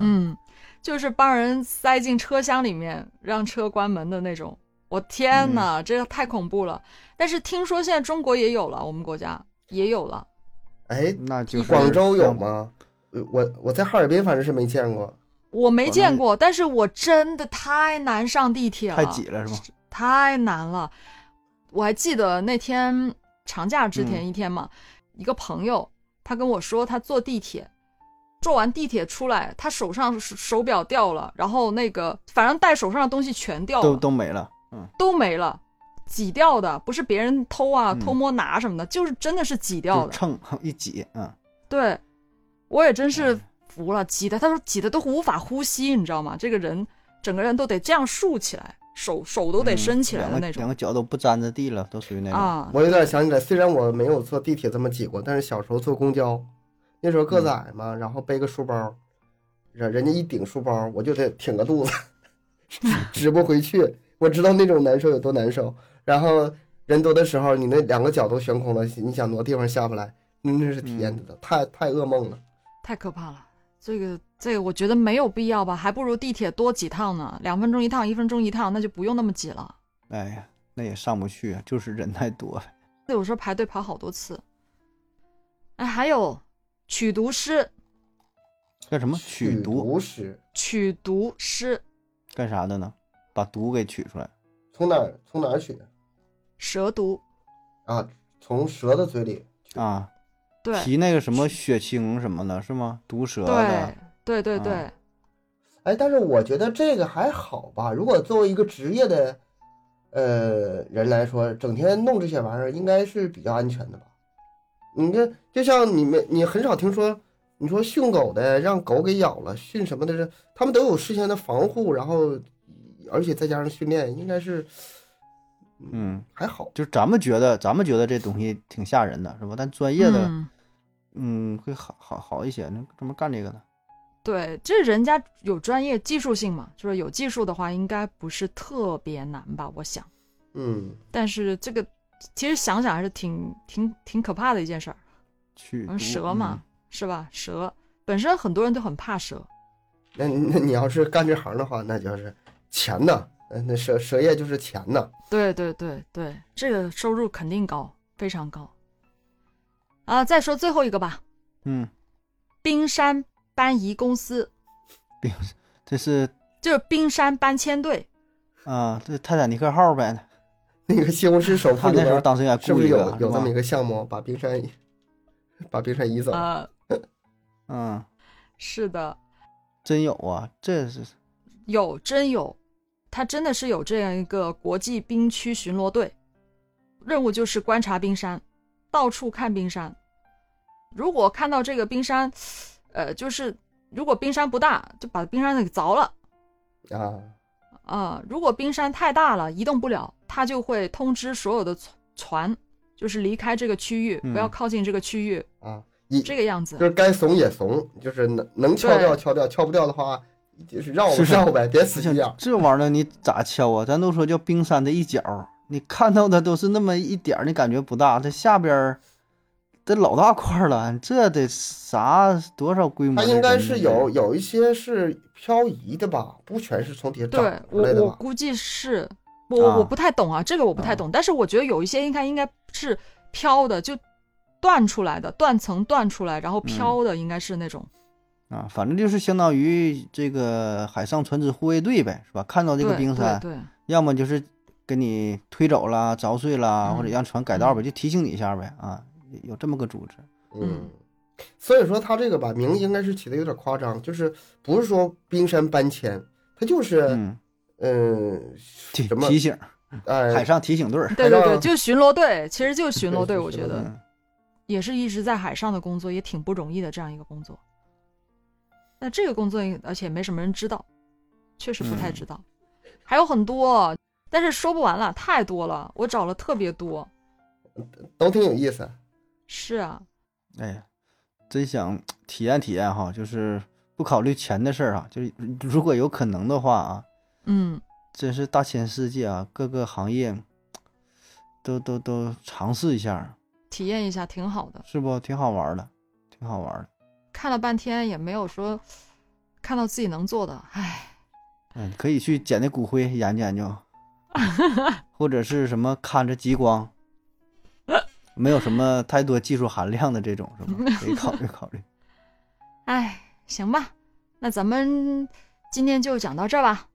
Speaker 1: 嗯，就是帮人塞进车厢里面，让车关门的那种。我天
Speaker 2: 嗯
Speaker 1: 哪，这个太恐怖了！但是听说现在中国也有了，我们国家也有了。
Speaker 3: 哎，
Speaker 2: 那就是
Speaker 3: 广州有
Speaker 2: 像？
Speaker 3: 吗？呃我我在哈尔滨反正是没见过。
Speaker 1: 我没
Speaker 2: 我
Speaker 1: 见
Speaker 2: 那
Speaker 1: 过，但是我真的太难上地铁了，
Speaker 2: 太挤了是吗？
Speaker 1: 太难了。我还记得那天长假之
Speaker 2: 嗯
Speaker 1: 前一天嘛，一个朋友他跟我说，他坐地铁，坐完地铁出来，他手上手手表掉了，然后那个反正戴手上的东西全掉了，
Speaker 2: 都都没了，嗯，
Speaker 1: 都没了，挤掉的，不是别人偷啊、
Speaker 2: 嗯
Speaker 1: 偷摸拿什么的，就是真的是挤掉
Speaker 2: 就
Speaker 1: 的。
Speaker 2: 蹭 [LAUGHS] 一挤，嗯，
Speaker 1: 对，我也真是
Speaker 2: 嗯
Speaker 1: 服了，挤的，他说挤的都无法呼吸，你知道吗？这个人整个人都得这样竖起来，手手都得
Speaker 2: 嗯
Speaker 1: 伸起来的
Speaker 2: 两个
Speaker 1: 那
Speaker 2: 两
Speaker 1: 种、
Speaker 2: 个脚都不沾着地了，都属于那种。
Speaker 1: 啊。
Speaker 3: 我有点想起来，虽然我没有坐地铁这么挤过，但是小时候坐公交，那时候个子矮
Speaker 2: 嗯
Speaker 3: 嘛，然后背个书包，人人家一顶书包，我就得挺
Speaker 2: [LAUGHS]
Speaker 3: 个肚子，直不回去。我知道那种难受有多难受。然后人多的时候，你那两个脚都悬空了，你想挪地方下不来，那是体验
Speaker 2: 嗯
Speaker 3: 的，太太噩梦了。
Speaker 1: 太可怕了。这个这个，我觉得没有必要吧，还不如地铁多几趟呢，两分钟一趟，一分钟一趟，那就不用那么挤了。
Speaker 2: 哎呀，那也上不去，啊就是人太多。啊
Speaker 1: 有时候排队排好多次。哎，还有曲毒师，
Speaker 2: 干什么？取毒
Speaker 3: 毒师
Speaker 1: 曲毒师，
Speaker 2: 干啥的呢？把毒给取出来。
Speaker 3: 从哪儿从哪儿取的
Speaker 1: 蛇毒，
Speaker 3: 啊？从蛇的嘴里取
Speaker 2: 啊，
Speaker 1: 对
Speaker 2: 提那个什么血清什么的，是吗？毒蛇
Speaker 1: 对
Speaker 2: 的，
Speaker 1: 对对对，
Speaker 2: 啊
Speaker 3: 哎，但是我觉得这个还好吧。如果作为一个职业的呃人来说，整天弄这些玩意儿，应该是比较安全的吧？你这就像你们，你很少听说，你说训狗的让狗给咬了，训什么的这，他们都有事先的防护，然后而且再加上训练，应该是
Speaker 2: 嗯。
Speaker 3: 还好。
Speaker 2: 就是咱们觉得，咱们觉得这东西挺吓人的，是吧？但专业的，
Speaker 1: 嗯，
Speaker 2: 嗯，会好好好一些。那专门干这个的，
Speaker 1: 对，这人家有专业技术性嘛，就是有技术的话，应该不是特别难吧？我想，
Speaker 3: 嗯，
Speaker 1: 但是这个其实想想还是挺挺挺可怕的一件事儿。
Speaker 2: 去
Speaker 1: 嗯，蛇嘛，是吧？蛇本身很多人都很怕蛇，
Speaker 3: 那你那你要是干这行的话，那就是钱呐，呃那蛇蛇业就是钱呐。
Speaker 1: 对对对对，这个收入肯定高，非常高。啊，再说最后一个吧，
Speaker 2: 嗯，嗯，
Speaker 1: 冰山搬移公司
Speaker 2: 这是
Speaker 1: 就是冰山搬迁队，
Speaker 2: 啊，这泰坦尼克号呗。
Speaker 3: 那个《西红柿首富
Speaker 2: 他》
Speaker 3: 里
Speaker 2: 那时
Speaker 3: 边
Speaker 2: 候当时也
Speaker 3: 是
Speaker 2: 雇
Speaker 3: 不是
Speaker 2: 一
Speaker 3: 有
Speaker 2: 个，
Speaker 3: 有这么一
Speaker 2: 个？
Speaker 3: 个项目，把冰山
Speaker 1: 啊
Speaker 3: 把冰山移走？
Speaker 1: 呃，
Speaker 2: 嗯，
Speaker 1: 是的，
Speaker 2: 真有啊，这是
Speaker 1: 有真有，它真的是有这样一个国际冰区巡逻队，任务就是观察冰山，到处看冰山。如果看到这个冰山，呃，就是如果冰山不大，就把冰山给凿了
Speaker 3: 啊，
Speaker 1: 啊、如果冰山太大了，移动不了，它就会通知所有的船船，就是离开这个区域，不要
Speaker 2: 嗯
Speaker 1: 靠近这个区域，
Speaker 3: 啊，一
Speaker 1: 这
Speaker 3: 个
Speaker 1: 个样子
Speaker 3: 就。是该怂也怂，就是能能敲掉
Speaker 1: 对
Speaker 3: 敲掉，敲不掉的话就是绕
Speaker 2: 是是
Speaker 3: 绕呗，别死
Speaker 2: 不
Speaker 3: 心眼儿
Speaker 2: 像。这玩意儿你咋敲啊？咱都说叫冰山的一角儿，你看到的都是那么一点儿，你感觉不大，它下边儿这老大块儿了，这得啥多少规模
Speaker 3: 它
Speaker 2: 的人呢？
Speaker 3: 应该是有有一些是漂移的吧，不全是从底下
Speaker 1: 对
Speaker 3: 长出
Speaker 1: 我
Speaker 3: 来的
Speaker 1: 我
Speaker 3: 吧？
Speaker 1: 估计是，我我
Speaker 2: 啊
Speaker 1: 不太懂啊，这个我不太懂，但是我觉得有一些应该应该是飘的，就断出来的，断层断出来，然后飘的应该是那种，
Speaker 2: 这啊，反正就是相当于这个海上船只护卫队呗，是吧？看到这
Speaker 1: 对
Speaker 2: 个冰山，
Speaker 1: 对对
Speaker 2: 要么就是给你推走啦、凿碎啦，
Speaker 1: 嗯
Speaker 2: 或者让船改道呗，就提醒你一下呗啊，有这么个组织。
Speaker 3: 嗯，所以说它这个吧，名字应该是起的有点夸张，就是不是说冰山搬迁，它就是
Speaker 2: 嗯，
Speaker 3: 嗯
Speaker 2: 提
Speaker 3: 呃什么
Speaker 2: 提醒
Speaker 3: 哎
Speaker 2: 海上提醒队儿。
Speaker 1: 对对
Speaker 3: 海
Speaker 1: 对，
Speaker 3: 上
Speaker 1: 就巡逻队，其实就是巡逻队，
Speaker 3: 对
Speaker 1: 我觉
Speaker 3: 巡逻
Speaker 1: 得
Speaker 3: 队
Speaker 2: 嗯，
Speaker 1: 也是一直在海上的工作，也挺不容易的这样一个工作。那这个工作，而且没什么人知道，确实不太知道，还有很多，但是说不完了，太多了，我找了特别多。
Speaker 3: 都挺有意思。
Speaker 1: 是啊，
Speaker 2: 哎呀，真想体验体验哈，就是不考虑钱的事儿啊，就是如果有可能的话啊，
Speaker 1: 嗯，
Speaker 2: 真是大千世界啊，各个行业都都都尝试一下，
Speaker 1: 体验一下挺好的。
Speaker 2: 是不？挺好玩儿的，挺好玩儿的。
Speaker 1: 看了半天也没有说看到自己能做的，唉，
Speaker 2: 嗯，可以去捡那骨灰研究研究，或者是什么看着极光，没有什么太多技术含量的这种，是吧？可以考虑 [LAUGHS] 考虑。
Speaker 1: 唉，哎行吧，那咱们今天就讲到这儿吧。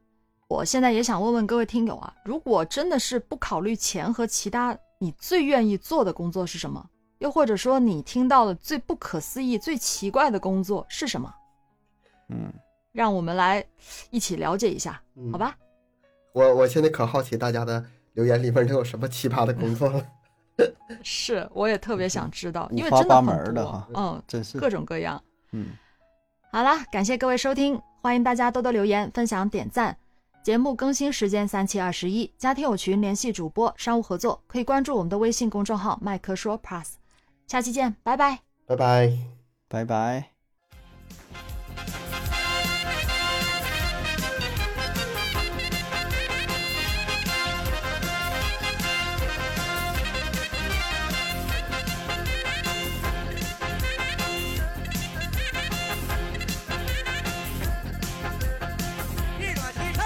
Speaker 1: 我现在也想问问各位听友啊，如果真的是不考虑钱和其他，你最愿意做的工作是什么？又或者说你听到了最不可思议、最奇怪的工作是什么？
Speaker 2: 嗯，
Speaker 1: 让我们来一起了解一下，
Speaker 3: 嗯
Speaker 1: 好吧？
Speaker 3: 我我现在可好奇大家的留言里面都有什么奇葩的工作了。
Speaker 1: 是，我也特别想知道，
Speaker 2: 五
Speaker 1: 因为
Speaker 2: 嗯花
Speaker 1: 真的
Speaker 2: 八
Speaker 1: 很
Speaker 2: 门儿的
Speaker 1: 多
Speaker 2: 哈
Speaker 1: 嗯，
Speaker 2: 真是
Speaker 1: 各。种各样。
Speaker 2: 嗯，
Speaker 1: 好啦，感谢各位收听，欢迎大家多多留言、分享、点赞。节目更新时间三七二十一，加听友群联系主播，商务合作可以关注我们的微信公众号“麦克说 Plus”。下期见，拜拜。
Speaker 3: 拜拜。
Speaker 2: 拜拜。
Speaker 4: 日落西山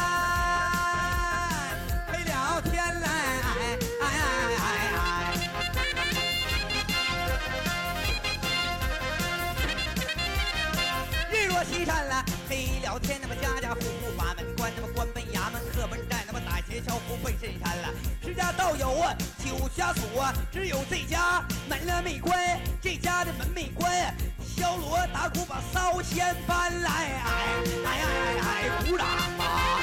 Speaker 4: 来，飞了天来，哎哎哎哎哎。日落西山了，黑了天，那么家家户户把门关，那么关门衙门刻门寨，那么打斜樵夫奔深山了。十家道友啊，九家锁啊，只有这家门了没关，这家的门没关。敲锣打鼓把烧仙搬来，哎哎哎哎哎，鼓掌啊！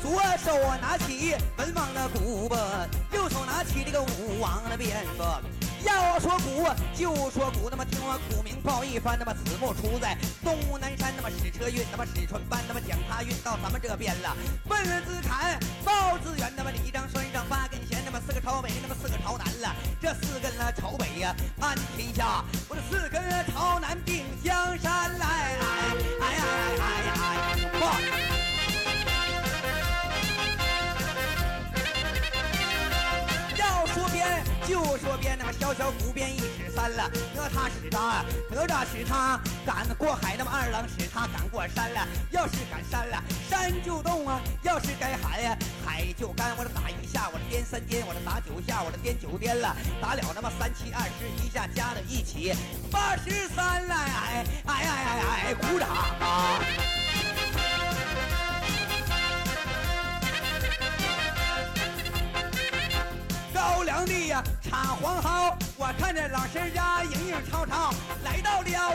Speaker 4: 左手啊拿起文王的鼓吧，右手拿起这个武王的鞭吧。要说鼓啊就说鼓，那么听我鼓鸣报一番，那么此木出在东吴南山，那么使车运，那么使船搬，那么讲他运到咱们这边了。问问资坎报资源，那么你一张栓上八根弦，那么四个朝北，那么四个朝南了。这四根了朝北呀、安天下，我这四根啊朝南定江山来，哎哎哎哎哎哎，哇！要说鞭就说鞭，那么小小鼓鞭一尺三了，哪吒使他，哪吒使他赶过海，那么二郎使他赶过山了。要是赶山了，山就动啊；要是该海呀、海就啊干。我这打一下，我这颠三颠，我这打九下，我这颠九颠了，打了那么三七二十一下，加在一起八十三了，哎哎哎哎哎，鼓掌啊！呀插黄蒿，我看着老师家影影绰绰来到了哎